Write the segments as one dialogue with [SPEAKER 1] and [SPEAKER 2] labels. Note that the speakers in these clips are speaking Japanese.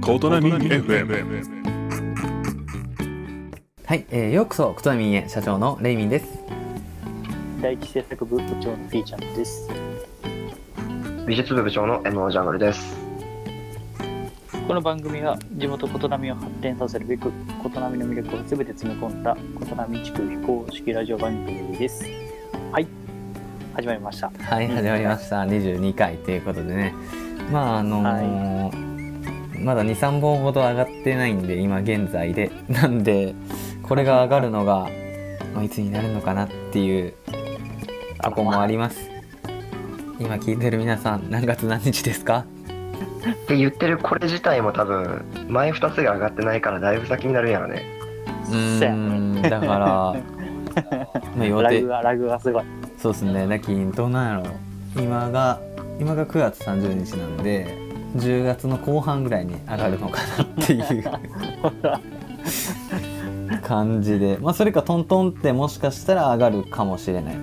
[SPEAKER 1] コトナミン FM
[SPEAKER 2] はい、えー、ようこそ、くとみんへ社長のレイミンです。
[SPEAKER 3] 第一制作部部長の T ちゃんです。
[SPEAKER 4] 美術部部長の江野ジャングルです。
[SPEAKER 3] この番組は地元琴波を発展させるべく琴波の魅力を全て詰め込んだ琴波地区非公式ラジオ番組です。はい、始まりました。
[SPEAKER 2] はい、
[SPEAKER 3] うん
[SPEAKER 2] 始まりました。22回ということでね。まあ、あのーまだ2、3本ほど上がってないんで、今現在で。 なんで、これが上がるのが、まあ、いつになるのかなっていう、過去もあります。今聞いてる皆さん、何月何日ですか
[SPEAKER 4] で言ってるこれ自体も多分前2つが上がってないからだいぶ先になるんやろね。
[SPEAKER 2] うーん、だから、まあ、予
[SPEAKER 3] ラ
[SPEAKER 2] 定
[SPEAKER 3] グ。がラグがすごい。
[SPEAKER 2] そうですねだきどうなんやろう今が今が9月30日なんで10月の後半ぐらいに上がるのかなっていう 感じでまあそれかトントンってもしかしたら上がるかもしれない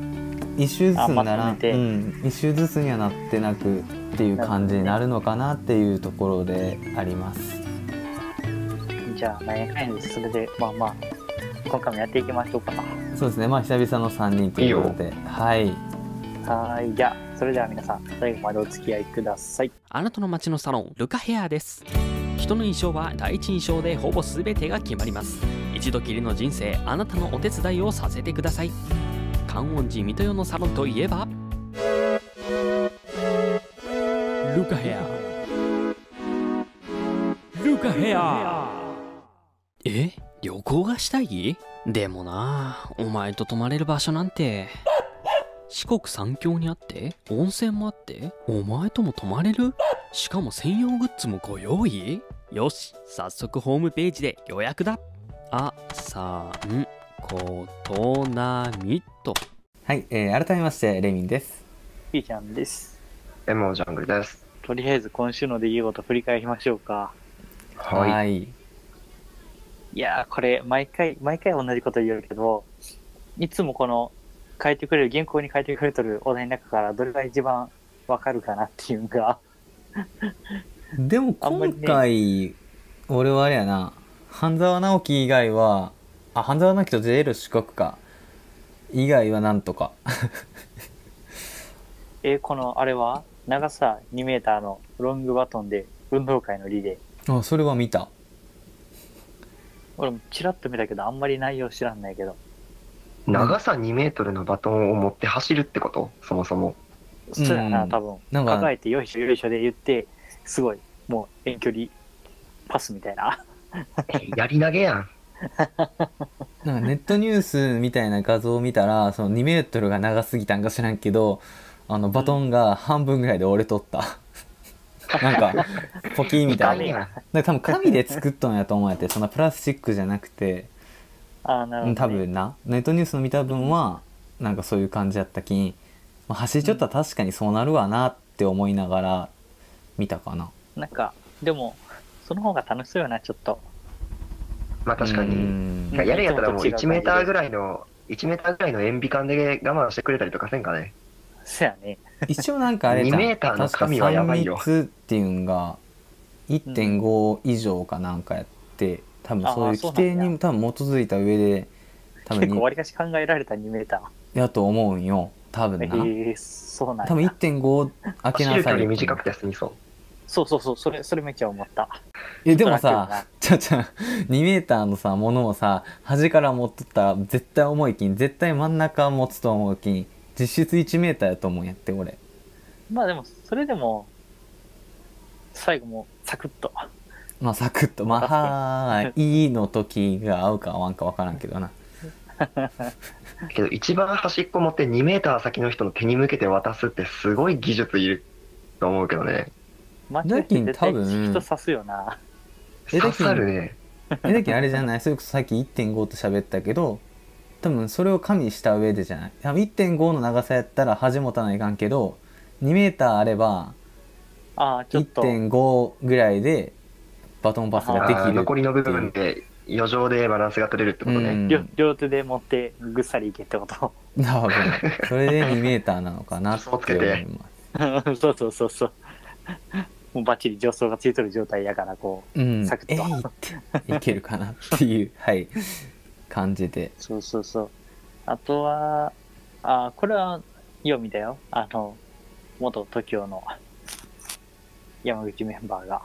[SPEAKER 2] 1週ずつ
[SPEAKER 3] あま
[SPEAKER 2] に
[SPEAKER 3] とめ
[SPEAKER 2] ならん、
[SPEAKER 3] て
[SPEAKER 2] うん、1週ずつにはなってなくっていう感じになるのかなっていうところであります
[SPEAKER 3] じゃあ何やかんやでそれでまあまあ今回もやっていきましょうか。
[SPEAKER 2] そうですねまあ久々の3人ということではい
[SPEAKER 3] はい、じゃあそれでは皆さん最後までお付き合いください。
[SPEAKER 5] あなたの街のサロンルカヘアです人の印象は第一印象でほぼ全てが決まります一度きりの人生あなたのお手伝いをさせてください観音寺水戸代のサロンといえばルカヘアルカヘアえ旅行がしたいでもなあお前と泊まれる場所なんて四国三峡にあって温泉もあってお前とも泊まれるしかも専用グッズもご用意よし早速ホームページで予約だあさんことなみと
[SPEAKER 2] はい、えー改めましてレミンです
[SPEAKER 3] T ちゃんです。
[SPEAKER 4] 江野ジャングルです。
[SPEAKER 3] とりあえず今週の出来事振り返りましょうか。
[SPEAKER 4] はい。
[SPEAKER 2] い
[SPEAKER 3] いやーこれ毎回毎回同じこと言うけどいつもこの書いてくれる原稿に書いてくれとるお題の中からどれが一番わかるかなっていうのが
[SPEAKER 2] でも
[SPEAKER 3] あんま
[SPEAKER 2] 今
[SPEAKER 3] りね
[SPEAKER 2] 回、俺はあれやな半沢直樹以外はあ半沢直樹と JL 四国か以外はなんとか
[SPEAKER 3] えーこのあれは長さ2メーターのロングバトンで運動会のリレー
[SPEAKER 2] あそれは見た
[SPEAKER 3] 俺もちらっと見たけどあんまり内容知らんないけど
[SPEAKER 4] 長さ2メートルのバトンを持って走るってことそもそも。
[SPEAKER 3] そうや
[SPEAKER 2] う
[SPEAKER 3] なん多分
[SPEAKER 2] なんか
[SPEAKER 3] 抱えてよいしょよいしょで言ってすごいもう遠距離パスみたいな
[SPEAKER 4] やり投げやん。
[SPEAKER 2] なんかネットニュースみたいな画像を見たらその2メートルが長すぎたんか知らんけどあのバトンが半分ぐらいで折れとった なんかポキーみたい
[SPEAKER 4] 痛い
[SPEAKER 2] な
[SPEAKER 4] やん。
[SPEAKER 2] なんか多分紙で作っとんやと思うやってそんなプラスチックじゃなくて
[SPEAKER 3] あーなるほどね、
[SPEAKER 2] うん多分なネットニュースの見た分はなんかそういう感じやったきに、まあ、走りちょったら確かにそうなるわなって思いながら見たかな
[SPEAKER 3] なんかでもその方が楽しそうよなちょっと
[SPEAKER 4] まあ確か
[SPEAKER 2] う
[SPEAKER 4] に。
[SPEAKER 2] ん
[SPEAKER 3] ん
[SPEAKER 4] やるんやったらもう
[SPEAKER 3] いつ
[SPEAKER 4] 1
[SPEAKER 3] もと違
[SPEAKER 4] メ
[SPEAKER 3] う感じで
[SPEAKER 4] ーターぐらいの、1メーターぐらいの塩ビ感で我慢してくれたりとかせんかね。
[SPEAKER 3] そやね
[SPEAKER 2] 一応なんかあれじゃん
[SPEAKER 4] 2m
[SPEAKER 2] 確
[SPEAKER 4] の
[SPEAKER 2] か
[SPEAKER 4] 紙はやばい
[SPEAKER 2] 3
[SPEAKER 4] よ
[SPEAKER 2] 密っていうんが1.5以上かなんかやって多分そういう規定にも多分基づいた上で多分
[SPEAKER 3] 結構
[SPEAKER 2] に
[SPEAKER 3] わりかし考えられた2メータ
[SPEAKER 2] やと思うんよ多分な
[SPEAKER 3] ー。えー、そうなんや
[SPEAKER 2] 多分1.5開け
[SPEAKER 4] 走
[SPEAKER 2] な
[SPEAKER 4] る距
[SPEAKER 2] さい
[SPEAKER 4] 離
[SPEAKER 2] よ
[SPEAKER 4] 短くて済みそう。
[SPEAKER 3] そうそうそう、それ、それめっちゃ思った。
[SPEAKER 2] えでも
[SPEAKER 3] トラックよ
[SPEAKER 2] さちゃちゃ2メーターのさものをさ端から持っとったら絶対重いきん絶対真ん中持つと思うきん実質1メーターやと思うんやって俺
[SPEAKER 3] まあでも、それでも、最後もサクッと。
[SPEAKER 2] まあサクッとまあはーいいいの時が合うか合わんか分からんけどな
[SPEAKER 4] けど一番端っこ持って2メーター先の人の手に向けて渡すってすごい技術いると思うけどね。
[SPEAKER 3] 間違えて絶対
[SPEAKER 2] 多分
[SPEAKER 3] 人刺すよな。
[SPEAKER 2] えだけど
[SPEAKER 4] 刺さるね。
[SPEAKER 2] えだけどあれじゃないそれこそさっき1.5と喋ったけど多分それを加味した上でじゃない多分1.5の長さやったら端持たないかんけど2メーターあれば
[SPEAKER 3] ああ、ちょっと。
[SPEAKER 2] 1.5ぐらいでバトンパスができ
[SPEAKER 4] あー
[SPEAKER 2] る
[SPEAKER 4] 残りの部分で余剰でバランスが取れるってことね、
[SPEAKER 2] うん
[SPEAKER 3] 両両手で持ってぐっさりいけってこと。
[SPEAKER 2] 多分それで2メーターなのかなって思い
[SPEAKER 4] そうつけて
[SPEAKER 2] ます
[SPEAKER 3] そうそうそうそう。もうバッチリ助走がついてる状態やからこ
[SPEAKER 2] うん、
[SPEAKER 3] サクッと
[SPEAKER 2] えいっていけるかなっていう、はい、感じで。
[SPEAKER 3] うそうそうそうあとはあこれはよう見たよあの元 TOKIO の山口メンバーが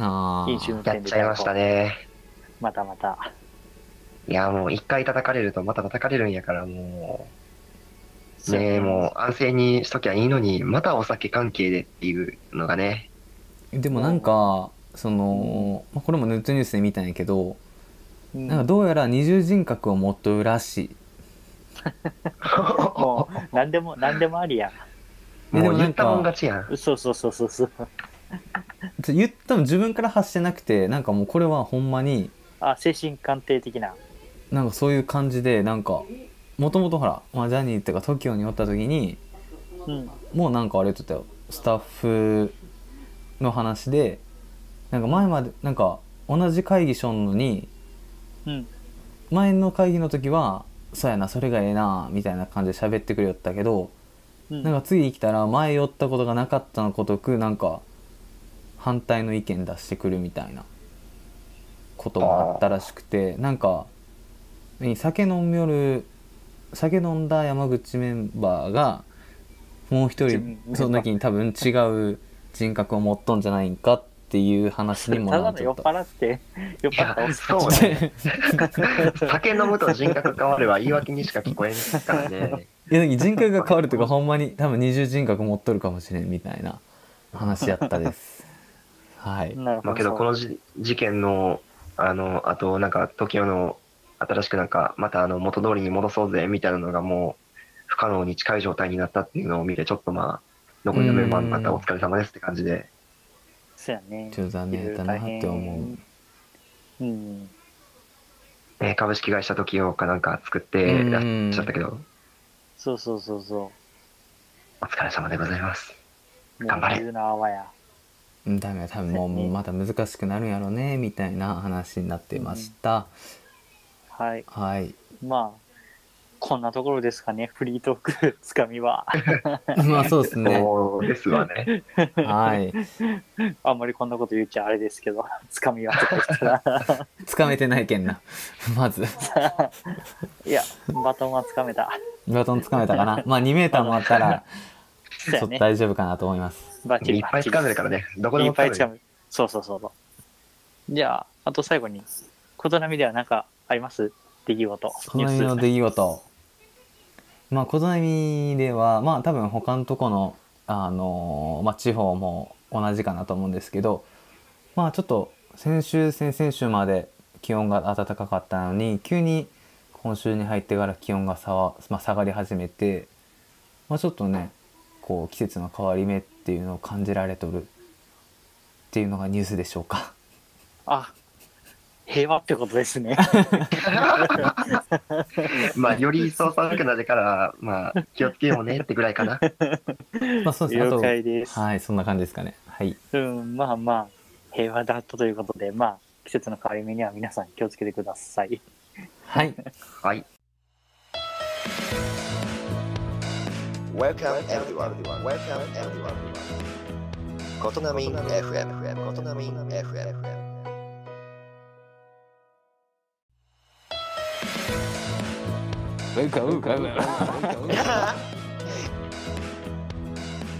[SPEAKER 2] あ
[SPEAKER 3] 飲酒運
[SPEAKER 2] あ、
[SPEAKER 4] や
[SPEAKER 3] 転
[SPEAKER 4] っ
[SPEAKER 3] で
[SPEAKER 4] ちゃいましたね。
[SPEAKER 3] またまた
[SPEAKER 4] いや、もう一回叩かれるとまた叩かれるんやから、もう、ねえ、もう安静にしときゃいいのに、またお酒関係でっていうのがね、
[SPEAKER 2] でもなんか、その、まあこれもネットニュースで見たんやけど、
[SPEAKER 3] う、
[SPEAKER 2] なんかどうやら二重人格を持っとるらしい。
[SPEAKER 3] もう何でも何でもありや
[SPEAKER 2] えでも
[SPEAKER 4] もう
[SPEAKER 2] な
[SPEAKER 4] 言
[SPEAKER 2] ん
[SPEAKER 4] っ
[SPEAKER 2] か
[SPEAKER 4] たもん勝ちやん。
[SPEAKER 3] そうそうそうそうそう
[SPEAKER 2] ちょ言っても自分から発してなくて、なんかもうこれはほんまに、
[SPEAKER 3] あ精神鑑定的な
[SPEAKER 2] なんかそういう感じで、なんか、もともとほら、まあ、ジャニーっていうか TOKIO におった時に、
[SPEAKER 3] うん
[SPEAKER 2] もうなんかあれとったよスタッフの話でなんか前までなんか同じ会議しょんのに
[SPEAKER 3] うん
[SPEAKER 2] 前の会議の時は「そうやなそれがええな」みたいな感じで喋ってくれよったけど
[SPEAKER 3] うん
[SPEAKER 2] なんか次来たら前寄ったことがなかったのことくなんか反対の意見出してくるみたいなことがあったらしくてなんか何酒飲みよる酒飲んだ山口メンバーがもう一
[SPEAKER 3] 自分
[SPEAKER 2] 人その時に多分違う人格を持っとんじゃないんかっていう話にも
[SPEAKER 3] た
[SPEAKER 2] な
[SPEAKER 3] だ
[SPEAKER 2] っ
[SPEAKER 3] の
[SPEAKER 2] ちゃ
[SPEAKER 3] 酔っ
[SPEAKER 2] っ た。
[SPEAKER 3] 払って酔っ
[SPEAKER 4] い
[SPEAKER 3] 払ったお
[SPEAKER 4] や、
[SPEAKER 3] っさん
[SPEAKER 4] そうね。酒飲むと人格変わるは言い訳にしか聞こえんからね。
[SPEAKER 2] いやなんか人格が変わるとかほんまに多分二重人格持っとるかもしれんみたいな話やったです。はい。
[SPEAKER 3] なるほど
[SPEAKER 4] まあけど、このじ事件の、あの、あと、なんか、TOKIO の、新しくなんか、またあの、元通りに戻そうぜ、みたいなのがもう、不可能に近い状態になったっていうのを見て、ちょっとまあ、残りのメンバーの方お疲れ様ですって感じで、
[SPEAKER 3] そうやね
[SPEAKER 2] ちょっと残念やったなって思う。
[SPEAKER 3] ううん
[SPEAKER 4] ね、株式会社 TOKIO かなんか作ってらっしゃったけど、
[SPEAKER 3] そうそうそうそ
[SPEAKER 4] お疲れ様でございます。
[SPEAKER 3] うも
[SPEAKER 4] 頑張
[SPEAKER 3] う
[SPEAKER 4] れ
[SPEAKER 3] 急な泡や
[SPEAKER 2] うんダメだ多分もう
[SPEAKER 3] ね
[SPEAKER 2] また難しくなるんやろねみたいな話になってました、
[SPEAKER 3] はい
[SPEAKER 2] はい
[SPEAKER 3] まあこんなところですかねフリートークつかみは
[SPEAKER 2] まあそうですね
[SPEAKER 4] そうですわね。
[SPEAKER 2] はい
[SPEAKER 3] あんまりこんなこと言っちゃあれですけどつかみはとか言ったら
[SPEAKER 2] つかめてないけんな まず
[SPEAKER 3] いやバトンはつか めた
[SPEAKER 2] バトンつかめたかなまあ2メーターもあったら ち
[SPEAKER 3] そう
[SPEAKER 2] ょ
[SPEAKER 3] や
[SPEAKER 2] っと
[SPEAKER 3] ね
[SPEAKER 2] 大丈夫かなと思います
[SPEAKER 3] バッチリ
[SPEAKER 4] いっぱい掴めるからね。どこで
[SPEAKER 3] い
[SPEAKER 4] も
[SPEAKER 3] っぱい
[SPEAKER 4] 掴
[SPEAKER 3] つか
[SPEAKER 4] める。
[SPEAKER 3] む。そうそうそうそう。じゃあ、あと最後に、ことなみでは何かあります出来事。
[SPEAKER 2] この辺の出来事まあ琴波ではまあ多分他のとこのあのーまあ地方も同じかなと思うんですけどまあちょっと先週先々週まで気温が暖かかったのに急に今週に入ってから気温が下わ、まあ、下がり始めて、まあ、ちょっとねこう季節の変わり目っていうのを感じられとるっていうのがニュースでしょう か。
[SPEAKER 3] あ、平和ってことですね。
[SPEAKER 4] まあ、より一層寒くなるから、まあ、気をつけようねってぐらいかな。
[SPEAKER 2] まあ、 そうですあ
[SPEAKER 3] 了
[SPEAKER 2] と
[SPEAKER 3] 解です。
[SPEAKER 2] はいそんな感じですかね。はい、
[SPEAKER 3] うん、まあまあ、平和だったということで、まあ、季節の変わり目には皆さん気をつけてください。
[SPEAKER 2] はい、
[SPEAKER 4] はい。
[SPEAKER 6] Welcome everyone. Welcome everyone. ことなみん FM。ことなみん FM。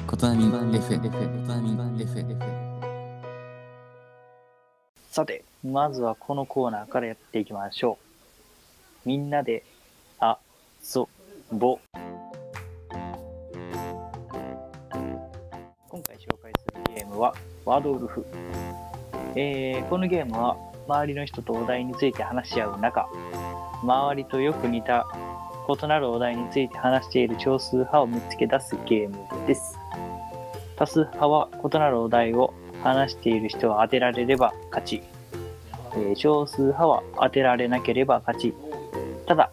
[SPEAKER 7] ことなみ FM。
[SPEAKER 3] さて、まずはこのコーナーからやっていきましょう。みんなで、あ、そ、ぼ。今回紹介するゲームは、ワードウルフ。えーこのゲームは、周りの人とお題について話し合う中、周りとよく似た異なるお題について話している少数派を見つけ出すゲームです。多数派は異なるお題を話している人は当てられれば勝ち、えー少数派は当てられなければ勝ちただ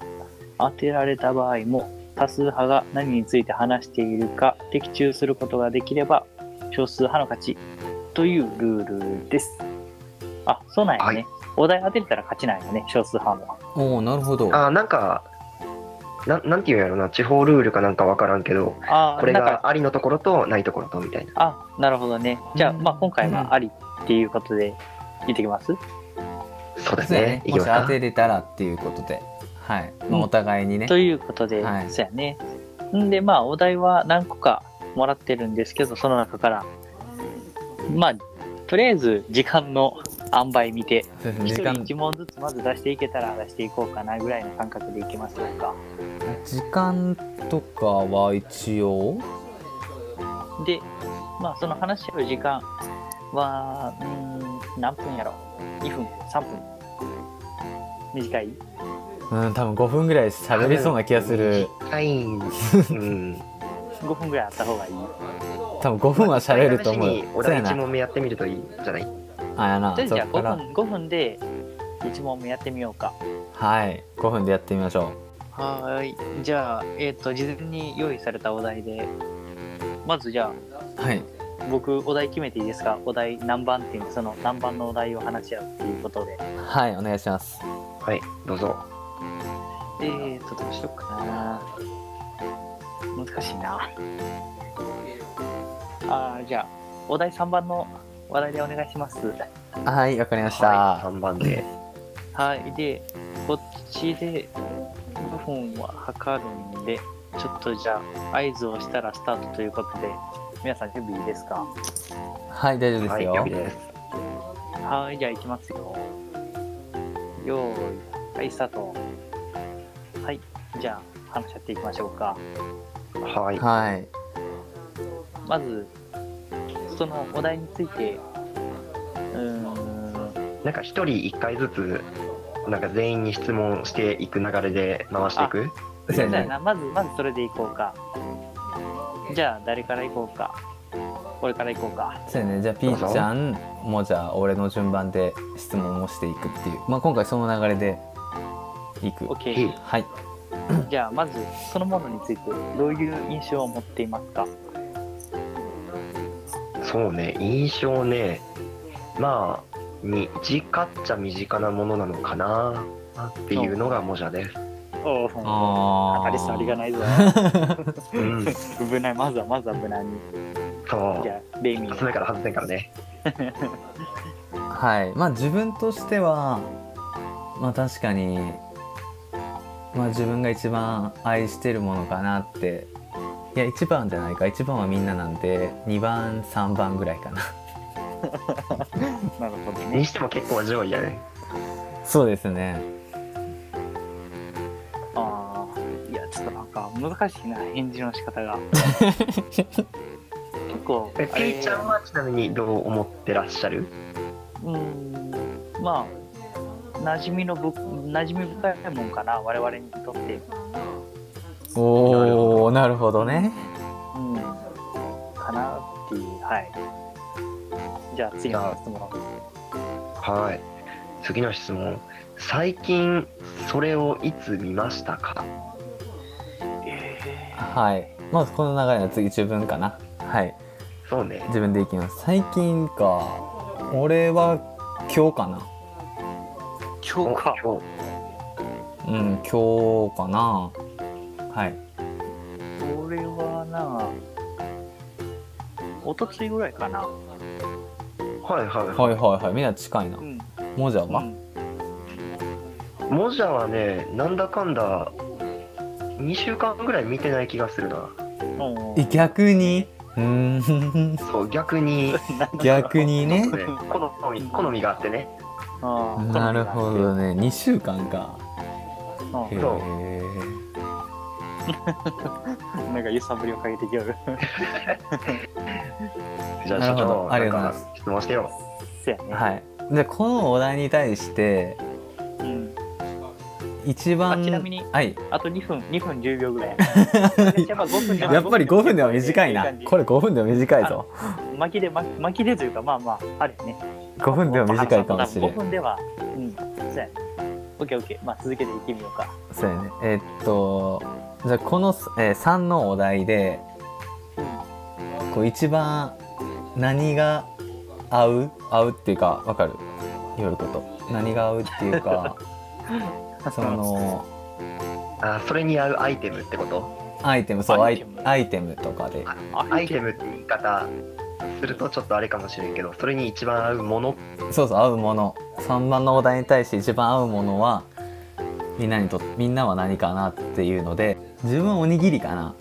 [SPEAKER 3] 当てられた場合も多数派が何について話しているか的中することができれば少数派の勝ちというルールですあそうなんやね、
[SPEAKER 4] はい
[SPEAKER 3] お題当てれたら勝ちなんやね少数派も
[SPEAKER 2] おおなるほど。
[SPEAKER 4] あーなんか、ななんていうんやろな地方ルールかなんかわからんけど
[SPEAKER 3] あ
[SPEAKER 4] こ
[SPEAKER 3] あ、
[SPEAKER 4] れ
[SPEAKER 3] なんか、
[SPEAKER 4] がありのところとないところとみたいな
[SPEAKER 3] あ、なるほどね。じゃあ、
[SPEAKER 2] うん
[SPEAKER 3] まあ今回はありっていうことで、聞いてきます
[SPEAKER 4] そうです
[SPEAKER 2] そうや
[SPEAKER 4] ね
[SPEAKER 2] ね
[SPEAKER 4] い
[SPEAKER 2] も
[SPEAKER 4] き
[SPEAKER 2] し
[SPEAKER 4] ま
[SPEAKER 2] 当
[SPEAKER 4] すか
[SPEAKER 2] てれたらっていうことではい、まあ
[SPEAKER 3] うん
[SPEAKER 2] お互いにね
[SPEAKER 3] ということで、
[SPEAKER 2] はい
[SPEAKER 3] そうやね。んで、まあ、お題は何個かもらってるんですけど、その中から、まあ、とりあえず時間の塩梅見て、
[SPEAKER 2] そうですね
[SPEAKER 3] 一
[SPEAKER 2] 時
[SPEAKER 3] 人
[SPEAKER 2] 間
[SPEAKER 3] 1問ずつまず出していけたら出していこうかなぐらいの感覚でいけますでしょうか。
[SPEAKER 2] 時間とかは一応
[SPEAKER 3] で、まあ、その話し合う時間は、うーん、何分やろ ?2 分、3分。短い
[SPEAKER 2] うん多分5分ぐらい喋りそうな気がする
[SPEAKER 4] はい、うん、
[SPEAKER 3] ?5 分ぐらいあった方がいい。
[SPEAKER 2] 多分5分は喋ると思
[SPEAKER 4] 試しに
[SPEAKER 2] う
[SPEAKER 4] お
[SPEAKER 2] そう
[SPEAKER 4] 題
[SPEAKER 2] や
[SPEAKER 4] 1
[SPEAKER 2] な
[SPEAKER 4] 問目やってみるといいんじゃない
[SPEAKER 2] あやな
[SPEAKER 3] とりあえず
[SPEAKER 2] そ
[SPEAKER 3] じゃあ
[SPEAKER 2] っから
[SPEAKER 3] 5分、5分で1問目やってみようか。
[SPEAKER 2] はい5分でやってみましょ
[SPEAKER 3] はーい。じゃあ、えっ、と、事前に用意されたお題で、まずじゃ
[SPEAKER 2] うはい
[SPEAKER 3] あ、僕、お題決めていいですかお題何番っていう、その何番のお題を話し合うっていうことで。
[SPEAKER 2] はいお願いします
[SPEAKER 4] はいどうぞ
[SPEAKER 3] えーと、どうしようかな。難しいな。あーじゃあ、お題3番の話題でお願いします。
[SPEAKER 2] はいわかりました、
[SPEAKER 4] はい3番で
[SPEAKER 3] はい。で、こっちで5分は測るんで、ちょっとじゃあ、合図をしたらスタートということで、皆さん準備いいですか
[SPEAKER 2] はい大丈夫です
[SPEAKER 4] はい
[SPEAKER 2] よ、
[SPEAKER 4] 予備です
[SPEAKER 3] はい、じゃあ行きますよ。よーい、はい、スタート。はい、じゃあ話し合っていきましょうか。
[SPEAKER 4] はい
[SPEAKER 2] はい
[SPEAKER 3] まず、そのお題について、うーん、
[SPEAKER 4] なんか1人1回ずつなんか全員に質問していく流れで回していく
[SPEAKER 2] そうや
[SPEAKER 3] そうや
[SPEAKER 2] ね
[SPEAKER 3] な、まず、まずそれでいこうか。じゃあ誰からいこうか。俺からいこうか。
[SPEAKER 2] そうやねじゃあピーちゃんもうじゃあ俺の順番で質問をしていくっていうまあ今回その流れでいく
[SPEAKER 3] OK。
[SPEAKER 2] はい
[SPEAKER 3] じゃあまず、そのものについて、どういう印象を持っていますか
[SPEAKER 4] そうね印象ねまあ短っちゃ身近なものなのかなっていうのが模写です、
[SPEAKER 3] お
[SPEAKER 2] あー
[SPEAKER 3] ありそうありが ないぞ。
[SPEAKER 4] うん、
[SPEAKER 3] 危ない、まずは、まずは無難に。
[SPEAKER 4] そ
[SPEAKER 3] じゃあ、レイミ
[SPEAKER 4] う
[SPEAKER 3] ー
[SPEAKER 4] 初。めから外せんからね
[SPEAKER 2] はいまあ自分としてはまあ確かにまあ自分が一番愛してるものかなっていや一番じゃないか一番はみんななんで2番3番ぐらいかな
[SPEAKER 3] なるほど
[SPEAKER 4] に
[SPEAKER 3] ね。
[SPEAKER 4] しても結構上位やね
[SPEAKER 2] そうですね
[SPEAKER 3] ああ、いや、ちょっとなんか難しいな、返事の仕方 が。結構、
[SPEAKER 4] え
[SPEAKER 3] あ
[SPEAKER 4] ピ
[SPEAKER 3] れ
[SPEAKER 4] ーちゃんはちなみにどう思ってらっしゃる
[SPEAKER 3] うーん、まあ、馴染みのぶ、馴染み深いもんかな、我々にとって。
[SPEAKER 2] おおなるほどね
[SPEAKER 3] うん、かなっていう、はい。じゃあ、次の質問。
[SPEAKER 4] はい次の質問最近それをいつ見ましたか
[SPEAKER 2] はいまずこの流れの次自分かなはい
[SPEAKER 4] そうね
[SPEAKER 2] 自分でいきます最近か俺は今日かな
[SPEAKER 3] 今
[SPEAKER 4] お
[SPEAKER 3] 日か。
[SPEAKER 4] 今日
[SPEAKER 2] うん今日かなはい
[SPEAKER 3] これはな、おとついぐらいかな。
[SPEAKER 4] はいはいはい
[SPEAKER 2] はいはいはいみんな近いな
[SPEAKER 3] うん。
[SPEAKER 2] もじゃ
[SPEAKER 3] う
[SPEAKER 2] は
[SPEAKER 3] ん、
[SPEAKER 4] モジャはねなんだかんだ2週間ぐらい見てない気がするな
[SPEAKER 3] うん
[SPEAKER 2] え逆にうーん
[SPEAKER 4] そう逆に
[SPEAKER 2] 逆にね
[SPEAKER 4] ね好み好みがあってね
[SPEAKER 3] あー
[SPEAKER 2] なるほどね2週間か
[SPEAKER 3] うん
[SPEAKER 2] へ
[SPEAKER 4] そう
[SPEAKER 2] え
[SPEAKER 3] なんか揺さぶりをかけてきよる。
[SPEAKER 4] じゃあ
[SPEAKER 2] なるほ
[SPEAKER 4] 社
[SPEAKER 2] ど
[SPEAKER 4] 長
[SPEAKER 2] あ
[SPEAKER 4] な
[SPEAKER 2] りがとうござ
[SPEAKER 4] ん
[SPEAKER 2] い
[SPEAKER 4] か
[SPEAKER 2] ます
[SPEAKER 4] 質問してよ
[SPEAKER 3] せやね。
[SPEAKER 2] はいでこのお題に対して
[SPEAKER 3] うん。
[SPEAKER 2] 一番
[SPEAKER 3] あちなみに
[SPEAKER 2] はい
[SPEAKER 3] あと2分、2分10秒ぐ らい。やっぱ5分でも
[SPEAKER 2] やっぱり5分では短いなこ
[SPEAKER 3] れ。
[SPEAKER 2] れ5分では短いぞ
[SPEAKER 3] 巻きで、巻き巻きでというか、まあまあ、あるよね。
[SPEAKER 2] 5分では短いかもしれ
[SPEAKER 3] 5
[SPEAKER 2] ん
[SPEAKER 3] 分では、うん。そうやね。オッケーオッケー。まあ続けていってみようか。
[SPEAKER 2] そうやねえっとじゃあこの、えー3のお題でこう一番何が合う合うっていう か分かる夜こと何が合うっていうかその
[SPEAKER 4] あそれに合うアイテムってこと
[SPEAKER 2] アイテムそうア
[SPEAKER 3] アイ
[SPEAKER 2] イ
[SPEAKER 3] テム
[SPEAKER 2] アイテムとかで
[SPEAKER 4] アイテムって言い方するとちょっとあれかもしれんけどそれに一番合うもの
[SPEAKER 2] そうそう合うもの3番のお題に対して一番合うものはみんなにとみんなは何かなっていうので自分はおにぎりかな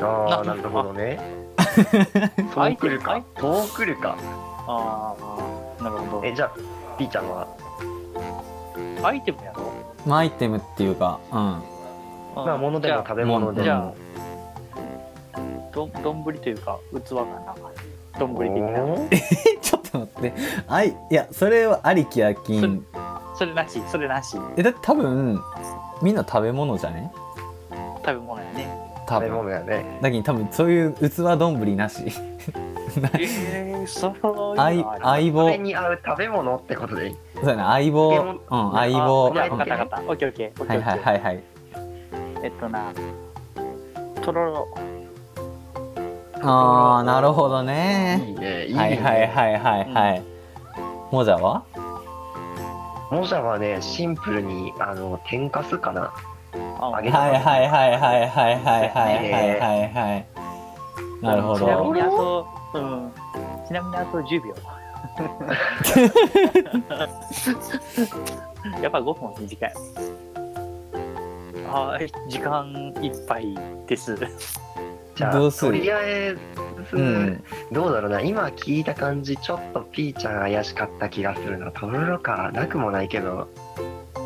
[SPEAKER 4] ああ
[SPEAKER 3] な
[SPEAKER 4] なるほどね
[SPEAKER 3] ア
[SPEAKER 4] そう
[SPEAKER 3] イ
[SPEAKER 4] く
[SPEAKER 3] テム
[SPEAKER 4] るかそうくるか
[SPEAKER 3] ああなるほ
[SPEAKER 4] えじゃあ P ちゃんは
[SPEAKER 3] どアイテムやろ
[SPEAKER 2] まあアイテムっていうかう
[SPEAKER 4] まあ物で
[SPEAKER 3] じゃ
[SPEAKER 4] も食べ物で
[SPEAKER 3] じゃ
[SPEAKER 4] も
[SPEAKER 3] あどんどんぶりというか器かなどんぶり的な
[SPEAKER 4] おー
[SPEAKER 2] ん ちょっと待ってあいいやそれはありきやき
[SPEAKER 3] それ
[SPEAKER 2] ん
[SPEAKER 3] それなしそれなし食
[SPEAKER 2] えだって多分みんな食べ物じゃね
[SPEAKER 3] べ物やね
[SPEAKER 2] 多
[SPEAKER 4] 食べ
[SPEAKER 2] 分
[SPEAKER 4] 物やね
[SPEAKER 2] だけど多分そういう器丼なし
[SPEAKER 3] ええそう
[SPEAKER 2] あ
[SPEAKER 3] い
[SPEAKER 2] いう
[SPEAKER 3] のある
[SPEAKER 2] 相
[SPEAKER 4] そ
[SPEAKER 2] 棒
[SPEAKER 4] れに合う食べ物ってことでいい
[SPEAKER 2] そうやな相棒
[SPEAKER 4] で
[SPEAKER 2] う
[SPEAKER 4] も
[SPEAKER 2] ん相棒
[SPEAKER 4] あ
[SPEAKER 2] うん
[SPEAKER 3] じゃあ、
[SPEAKER 4] オ
[SPEAKER 3] わ
[SPEAKER 4] ッ
[SPEAKER 3] かった
[SPEAKER 4] ケー
[SPEAKER 3] わかった。オッケーオッケー。オッケ
[SPEAKER 2] はい
[SPEAKER 3] ーオ
[SPEAKER 2] はいは
[SPEAKER 3] ッケ
[SPEAKER 2] いはい
[SPEAKER 3] ー。えっとな、とろろ。
[SPEAKER 2] ああなるほどね
[SPEAKER 4] いいねいいね
[SPEAKER 2] はいはいはいはいはいもじゃは
[SPEAKER 4] もじゃはねシンプルにあの天かすかな
[SPEAKER 3] あ
[SPEAKER 4] 揚げ
[SPEAKER 2] はいはいはいはいはいはいはいはいはいはいなるほ
[SPEAKER 3] ちなみ
[SPEAKER 2] ど
[SPEAKER 3] にあと、うん。ちなみにあと10秒。 やっぱ5分短い。はい、時間いっぱいです。
[SPEAKER 4] じゃ
[SPEAKER 2] どう
[SPEAKER 4] あ
[SPEAKER 2] する
[SPEAKER 4] とりあえず、
[SPEAKER 2] うん
[SPEAKER 4] どうだろうな今聞いた感じちょっと P ちゃん怪しかった気がするなとろろかなくもない けど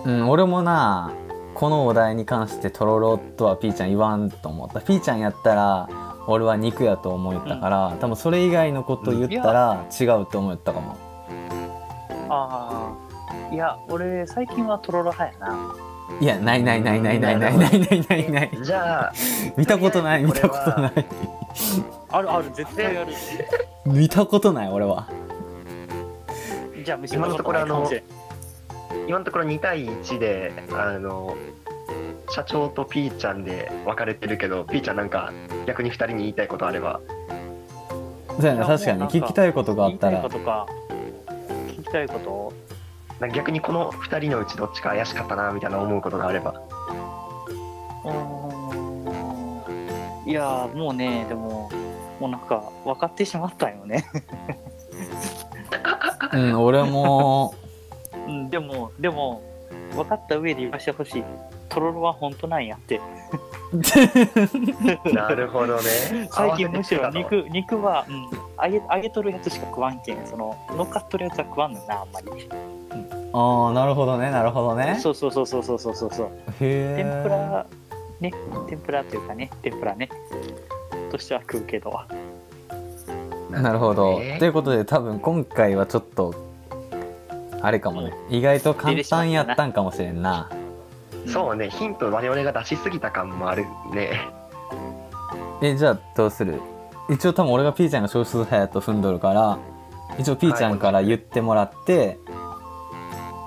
[SPEAKER 2] うん俺もなこのお題に関してとろろとはピーちゃん言わんと思ったピーちゃんやったら俺は肉やと思ったから、多分それ以外のこと言ったら違うと思ったかも
[SPEAKER 3] ああ。いや、俺、最近はとろろ派やな。
[SPEAKER 2] いやないないないないないないないないないない
[SPEAKER 4] じゃあ
[SPEAKER 2] 見たことない見たことない
[SPEAKER 3] あるある、絶対ある。
[SPEAKER 2] 見たことない俺は
[SPEAKER 3] じゃあ、飯のことないかもしれん。
[SPEAKER 4] 今のところ2対1であの社長と P ちゃんで分かれてるけど P ちゃんなんか逆に2人に言いたいことあれば
[SPEAKER 2] そうやな確かに聞きたいことがあった
[SPEAKER 3] 聞きたいこ
[SPEAKER 2] ら
[SPEAKER 3] とか。聞きたいこと
[SPEAKER 4] なんか逆にこの2人のうちどっちか怪しかったなみたいな思うことがあれば
[SPEAKER 3] うーんいやーもうねでももうなんか分かってしまったよね、
[SPEAKER 2] うん俺も
[SPEAKER 3] うん、でもでも分かった上で言わしてほしいとろろは本当なんやって
[SPEAKER 4] なるほどね
[SPEAKER 3] 最近むしろ
[SPEAKER 4] 合わせてき
[SPEAKER 3] 肉肉は、うん、揚げ揚げとるやつしか食わんけんその乗っかっとるやつは食わんのよなあんまり
[SPEAKER 2] ああなるほどねなるほどね
[SPEAKER 3] そうそうそうそうそうそうそうそう
[SPEAKER 2] へ
[SPEAKER 3] 天ぷ
[SPEAKER 2] え
[SPEAKER 3] らね天ぷらというかね天ぷらねとしては食うけど
[SPEAKER 4] たの
[SPEAKER 2] なるほど
[SPEAKER 4] ね
[SPEAKER 2] ということで多分今回はちょっとあれかもね意外と簡単やったんかもしれんな
[SPEAKER 4] そうねヒント我々が出しすぎた感もあるね
[SPEAKER 2] えじゃあどうする一応多分俺が P ちゃんが少数派やと踏んどるから一応 P ちゃんから言ってもらって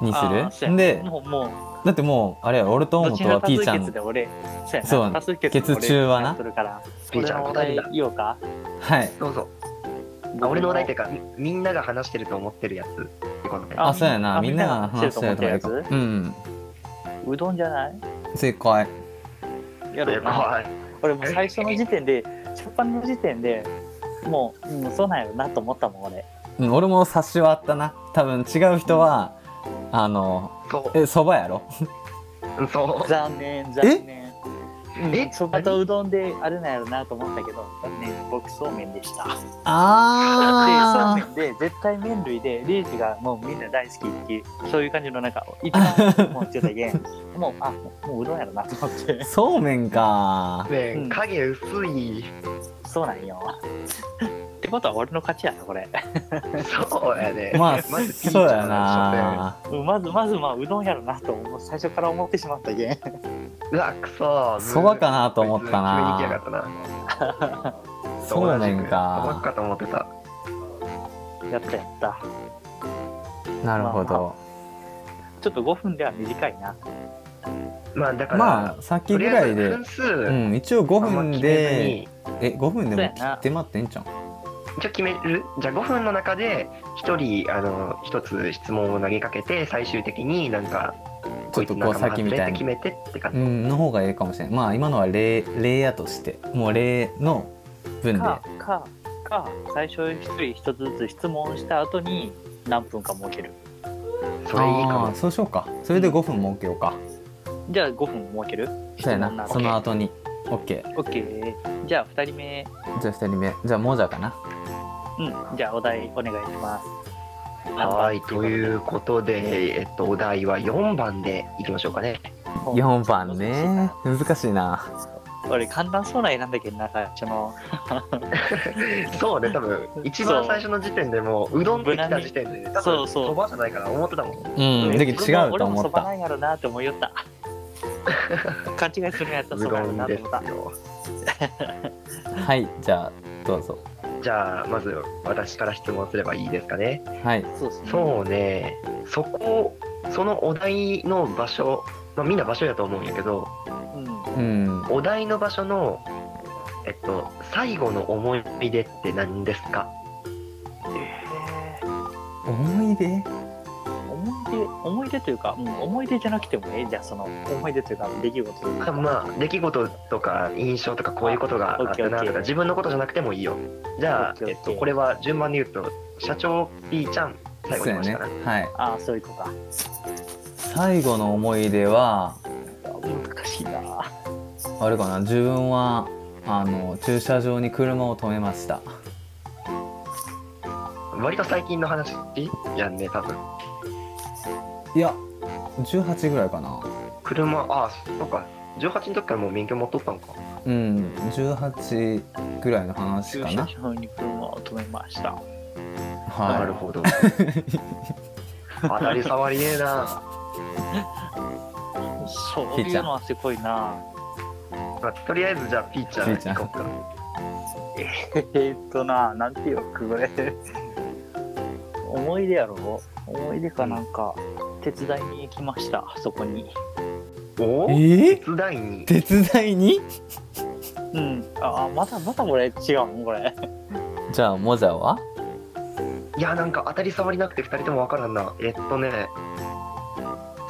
[SPEAKER 2] にする、
[SPEAKER 3] あーそうや
[SPEAKER 2] で
[SPEAKER 3] もうもう
[SPEAKER 2] だってもうあれやろ俺と
[SPEAKER 3] ど
[SPEAKER 2] 思
[SPEAKER 3] ち
[SPEAKER 2] と
[SPEAKER 3] ら
[SPEAKER 2] は
[SPEAKER 3] か
[SPEAKER 2] P
[SPEAKER 3] 多
[SPEAKER 2] ちゃ
[SPEAKER 3] 数決
[SPEAKER 2] ん
[SPEAKER 3] で俺、そうや
[SPEAKER 2] そう
[SPEAKER 3] な。多数決で俺
[SPEAKER 2] 決中はな
[SPEAKER 3] やっとるから、
[SPEAKER 4] ピーちゃん
[SPEAKER 3] 俺のお題言おうか。
[SPEAKER 2] はい
[SPEAKER 4] どうぞあ俺のお題っていうかみみんなが話してると思ってるやつってことね
[SPEAKER 2] あ
[SPEAKER 3] あ
[SPEAKER 2] そうやなみ
[SPEAKER 3] み
[SPEAKER 2] ん
[SPEAKER 3] ん
[SPEAKER 2] な
[SPEAKER 3] な
[SPEAKER 2] が話してるとかいいか
[SPEAKER 3] してると思って
[SPEAKER 2] うん
[SPEAKER 3] うどんじゃない
[SPEAKER 2] 正解
[SPEAKER 3] やろうな。
[SPEAKER 4] はい
[SPEAKER 3] 俺もう最初の時点で、初版の時点で、もう、うん、そうなんやろなと思ったもん、俺。
[SPEAKER 2] うん俺も察しはあったな多分違う人はあの
[SPEAKER 4] そ
[SPEAKER 2] えそばやろ
[SPEAKER 4] うそ
[SPEAKER 3] 残念、残念。
[SPEAKER 4] うえ
[SPEAKER 3] そばとうどんであれなんやろなと思ったけど、残念、僕そうめんでした。で、そう
[SPEAKER 2] あ
[SPEAKER 3] めんで、絶対麺類で、リーチがもうみんな大好きっていう、そういう感じのなんか、一番もうちょっとげん、 もう、あ、もううどんやろなと思って
[SPEAKER 2] あ。そうめんか
[SPEAKER 4] ね
[SPEAKER 3] うん
[SPEAKER 4] 影薄 い
[SPEAKER 3] そうなんよ。ってことは俺の勝ちやな、これ。
[SPEAKER 4] そうやね
[SPEAKER 2] まあ
[SPEAKER 4] まずピーち
[SPEAKER 2] そう
[SPEAKER 4] ゃ
[SPEAKER 2] や
[SPEAKER 4] んの
[SPEAKER 2] な
[SPEAKER 3] うんまず、まず、まあ、うどんやろなと思う、最初から思ってしまったげん。
[SPEAKER 4] うわくそ
[SPEAKER 2] そばかなと思った
[SPEAKER 4] 急に来やが
[SPEAKER 2] な
[SPEAKER 4] ったな
[SPEAKER 2] そうめん
[SPEAKER 4] そば
[SPEAKER 2] か
[SPEAKER 4] かと思ってた
[SPEAKER 3] やったやった。
[SPEAKER 2] なるほど
[SPEAKER 3] ちょっと5分では短いな。
[SPEAKER 4] まあだから、
[SPEAKER 2] まあさっき
[SPEAKER 4] と
[SPEAKER 2] ぐ
[SPEAKER 4] りあ
[SPEAKER 2] ら
[SPEAKER 4] え
[SPEAKER 2] い
[SPEAKER 4] ず
[SPEAKER 2] で
[SPEAKER 4] 分数
[SPEAKER 2] う
[SPEAKER 4] あ
[SPEAKER 2] ん一応5
[SPEAKER 4] んま
[SPEAKER 2] 分
[SPEAKER 4] 決めず
[SPEAKER 2] で
[SPEAKER 4] に
[SPEAKER 2] え5分で
[SPEAKER 3] そう
[SPEAKER 2] も
[SPEAKER 3] や
[SPEAKER 2] 切
[SPEAKER 3] な
[SPEAKER 2] って待ってんじゃん
[SPEAKER 4] じゃあ決めるじゃあ5分の中で1人あの1つ質問を投げかけて最終的になんか
[SPEAKER 2] ちょっとこうさっきみたい
[SPEAKER 4] こつ仲間外れって
[SPEAKER 2] に、
[SPEAKER 4] 決めてって感
[SPEAKER 2] う
[SPEAKER 4] じ。
[SPEAKER 2] ん、の方がいいかもしれないまあ今のは例例やとしてもう例の文で
[SPEAKER 3] か、か、か、最初一人一つずつ質問した後に何分か設ける。
[SPEAKER 4] それいいか
[SPEAKER 2] あー
[SPEAKER 4] も。
[SPEAKER 2] そうしようかそれで5分設けようか
[SPEAKER 3] じゃあ5分設ける
[SPEAKER 2] そうや
[SPEAKER 3] 質問
[SPEAKER 2] な
[SPEAKER 3] な
[SPEAKER 2] その後に OK
[SPEAKER 3] オッケー。じゃあ2人目、
[SPEAKER 2] じゃあ2人目じゃあモジャかな
[SPEAKER 3] うん、じゃあお題お願いします。
[SPEAKER 4] はい、ということで、えっと、お題は4番でいきましょうかね。
[SPEAKER 2] 4番ね。難しいな
[SPEAKER 3] 俺、簡単そうな選んだけど、なんか、その、
[SPEAKER 4] そうね、多分、一番最初の時点でもう、うどんってきた時点で、多分、
[SPEAKER 3] そうそう
[SPEAKER 4] 飛ばじゃないかな、思ってたもん。
[SPEAKER 2] うんだけど違う
[SPEAKER 3] 俺
[SPEAKER 2] と
[SPEAKER 3] も
[SPEAKER 2] 思
[SPEAKER 3] そ
[SPEAKER 2] っ
[SPEAKER 3] ば
[SPEAKER 2] た
[SPEAKER 3] ないやろなって思いよった。勘違いするんやったら
[SPEAKER 4] う
[SPEAKER 3] そばや
[SPEAKER 4] ど
[SPEAKER 3] ろなんと
[SPEAKER 4] です
[SPEAKER 3] 思った。
[SPEAKER 4] よ。
[SPEAKER 2] はいじゃあどうぞ
[SPEAKER 4] じゃあ、まず、私から質問すればいいですかね。
[SPEAKER 2] はい
[SPEAKER 3] そうですね。
[SPEAKER 4] そうね、そこ、そのお題の場所、まあ、みんな場所やと思うんやけど、
[SPEAKER 3] う
[SPEAKER 2] う
[SPEAKER 3] ん。
[SPEAKER 2] ん
[SPEAKER 4] お題の場所の、えっと、最後の思い出って何ですか
[SPEAKER 2] 思い出
[SPEAKER 3] 思い出、思い出というか、うん、思い出じゃなくてもええじゃあ、その、思い出というか、出来事という
[SPEAKER 4] あ
[SPEAKER 3] か。
[SPEAKER 4] まあ、出来事とか印象とかこういうことがあったな
[SPEAKER 3] オッケーオッ
[SPEAKER 4] と
[SPEAKER 3] ケー
[SPEAKER 4] か自分のことじゃなくてもいいよじゃ
[SPEAKER 3] オ
[SPEAKER 4] あ
[SPEAKER 3] ッケーオッケー
[SPEAKER 4] えっと、これは順番で言うと社長 P ちゃん最後
[SPEAKER 2] そう
[SPEAKER 4] に
[SPEAKER 2] や
[SPEAKER 4] まし
[SPEAKER 2] ね
[SPEAKER 4] たかな、
[SPEAKER 2] はい
[SPEAKER 3] ああ、そういうことか。
[SPEAKER 2] 最後の思い出は
[SPEAKER 3] 難しいな。
[SPEAKER 2] あれかな自分はあの駐車場に車を止めました
[SPEAKER 4] 割と最近の話やんね多分
[SPEAKER 2] いや18ぐらいかな
[SPEAKER 4] 車ああそうか18の時からもう免許持っとったんか
[SPEAKER 2] うん18ぐらいの話
[SPEAKER 3] 駐
[SPEAKER 2] か
[SPEAKER 3] 車
[SPEAKER 2] な
[SPEAKER 3] 場に車を止めました。
[SPEAKER 4] な
[SPEAKER 2] は
[SPEAKER 4] るほど当たり障りねえな、
[SPEAKER 3] そういうのはすごいな。
[SPEAKER 4] まあ、とりあえずじゃあ P ちゃん
[SPEAKER 2] P ちゃん
[SPEAKER 4] 行こうか
[SPEAKER 3] えーっとな、なんていうか、これ。思い出やろ思い出かなんか、手伝いに行きました、そこに。
[SPEAKER 4] お
[SPEAKER 2] い
[SPEAKER 4] お
[SPEAKER 2] え
[SPEAKER 4] 手伝いに
[SPEAKER 2] 手伝いに
[SPEAKER 3] うん。あ、あまた、またこれ違うもん、これ。
[SPEAKER 2] じゃあモジャはい
[SPEAKER 4] やなんか当たり障りなくて2人とも分からんなえっとね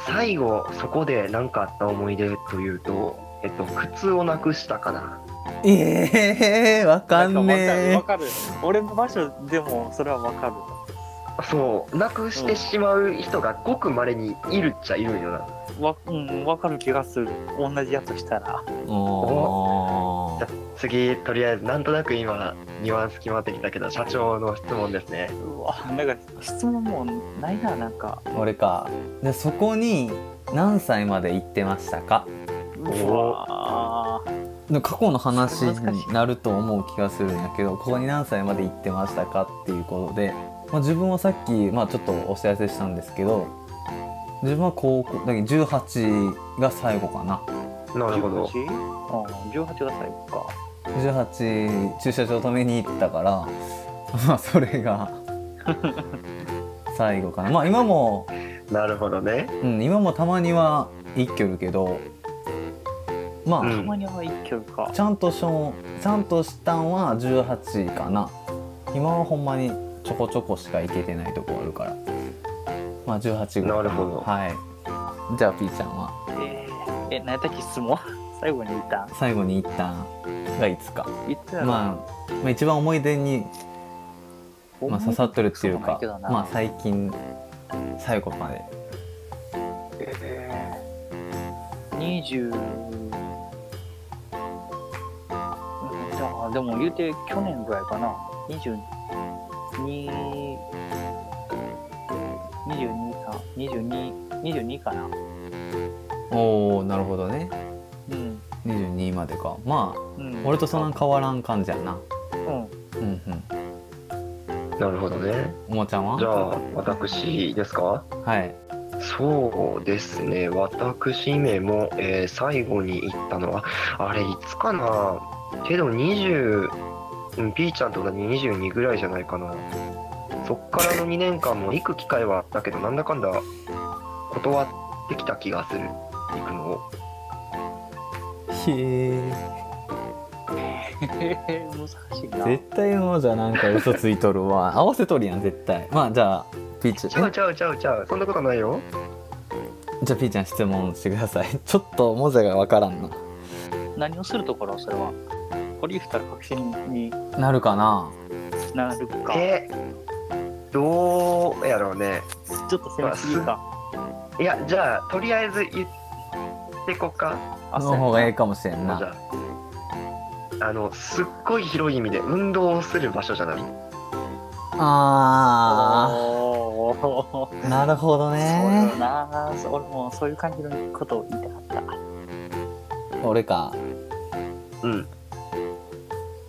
[SPEAKER 4] 最後そこで何かあった思い出というとえっと靴をなくしたかな
[SPEAKER 2] ええー、わかんね
[SPEAKER 3] わかる。俺の場所でも、それはわかる。
[SPEAKER 4] そうなくしてしまう人がごくまれにいるっちゃいるんよな
[SPEAKER 3] わ、うん、わかる気がする。同じやつしたら。
[SPEAKER 2] えおー
[SPEAKER 4] 次とりあえずなんとなく今ニュアンス決まってきたけど社長の質問ですね
[SPEAKER 3] うわ、なんか、質問もうないな、なんか。
[SPEAKER 2] 俺かでそこに何歳まで行ってましたか
[SPEAKER 3] うわ
[SPEAKER 2] で過去の話になると思う気がするんやけどここに何歳まで行ってましたかっていうことで、まあ、自分はさっき、まあ、ちょっとお知らせしたんですけど自分は高校だけど18が最後かな
[SPEAKER 4] なるほど
[SPEAKER 3] 18? うん、18が最後か。
[SPEAKER 2] 18駐車場止めに行ったから まあそれが最後かなまあ今も、
[SPEAKER 4] なるほどね
[SPEAKER 2] うん、今もたまには一挙るけどまあ、
[SPEAKER 4] う
[SPEAKER 3] た
[SPEAKER 4] ん
[SPEAKER 3] まには一挙か。
[SPEAKER 2] ちゃんとしょんちゃんとしたんは18かな今はほんまにちょこちょこしか行けてないとこあるからまあ18ぐらい
[SPEAKER 4] なるほど
[SPEAKER 2] はいじゃあピーちゃんは
[SPEAKER 3] えー、え、何やったっけ質問 最後に言った
[SPEAKER 2] 最後に行ったんがいつか、
[SPEAKER 3] 言ったやろ、
[SPEAKER 2] まあ、まあ一番思い出に、まあ、刺さってるっていう
[SPEAKER 3] そうない
[SPEAKER 2] か
[SPEAKER 3] けどな
[SPEAKER 2] まあ最近最後まで
[SPEAKER 3] えー、20うんあでも言うて去年ぐらいかな22 22か22 22かな
[SPEAKER 2] おおなるほどね
[SPEAKER 3] うん
[SPEAKER 2] 22までかまあ
[SPEAKER 3] うん
[SPEAKER 2] 俺とそんな変わらん感じやな
[SPEAKER 3] うん
[SPEAKER 2] うんうん
[SPEAKER 4] なるほどね
[SPEAKER 2] おもちゃん
[SPEAKER 4] じゃ
[SPEAKER 2] は
[SPEAKER 4] あ私ですか
[SPEAKER 2] はい
[SPEAKER 4] そうですね、私めも、えー最後に行ったのは、あれ、いつかな、けど20、うん、ピーちゃんと同じ22ぐらいじゃないかな。そっからの2年間も行く機会はあったけど、なんだかんだ断ってきた気がする、行くのを。
[SPEAKER 2] へえ
[SPEAKER 3] へへ難しいな
[SPEAKER 2] 絶対もうじゃなんか嘘ついとるわ 合わせとるやん絶対まあじゃあピーチ
[SPEAKER 4] ちゃうちゃうちゃうちゃう、そんなことないよ。
[SPEAKER 2] じゃあピーちゃん質問してください ちょっと文字がわからんな
[SPEAKER 3] 何をするところそれはこれ言ったら確信に
[SPEAKER 2] なるかな
[SPEAKER 3] なるか
[SPEAKER 4] えどうやろうね
[SPEAKER 3] ちょっと攻めすぎか
[SPEAKER 4] いやじゃあとりあえず言ってこっか
[SPEAKER 3] あ
[SPEAKER 2] の方がええ
[SPEAKER 3] か
[SPEAKER 2] かもしれん
[SPEAKER 4] じ
[SPEAKER 2] な
[SPEAKER 4] ゃああのすっごい広い意味で運動をする場所じゃない
[SPEAKER 2] あ
[SPEAKER 3] おー
[SPEAKER 2] ーなるほどね
[SPEAKER 3] そうよなそう俺もそういう感じのことを言いたかった
[SPEAKER 2] 俺か
[SPEAKER 4] うん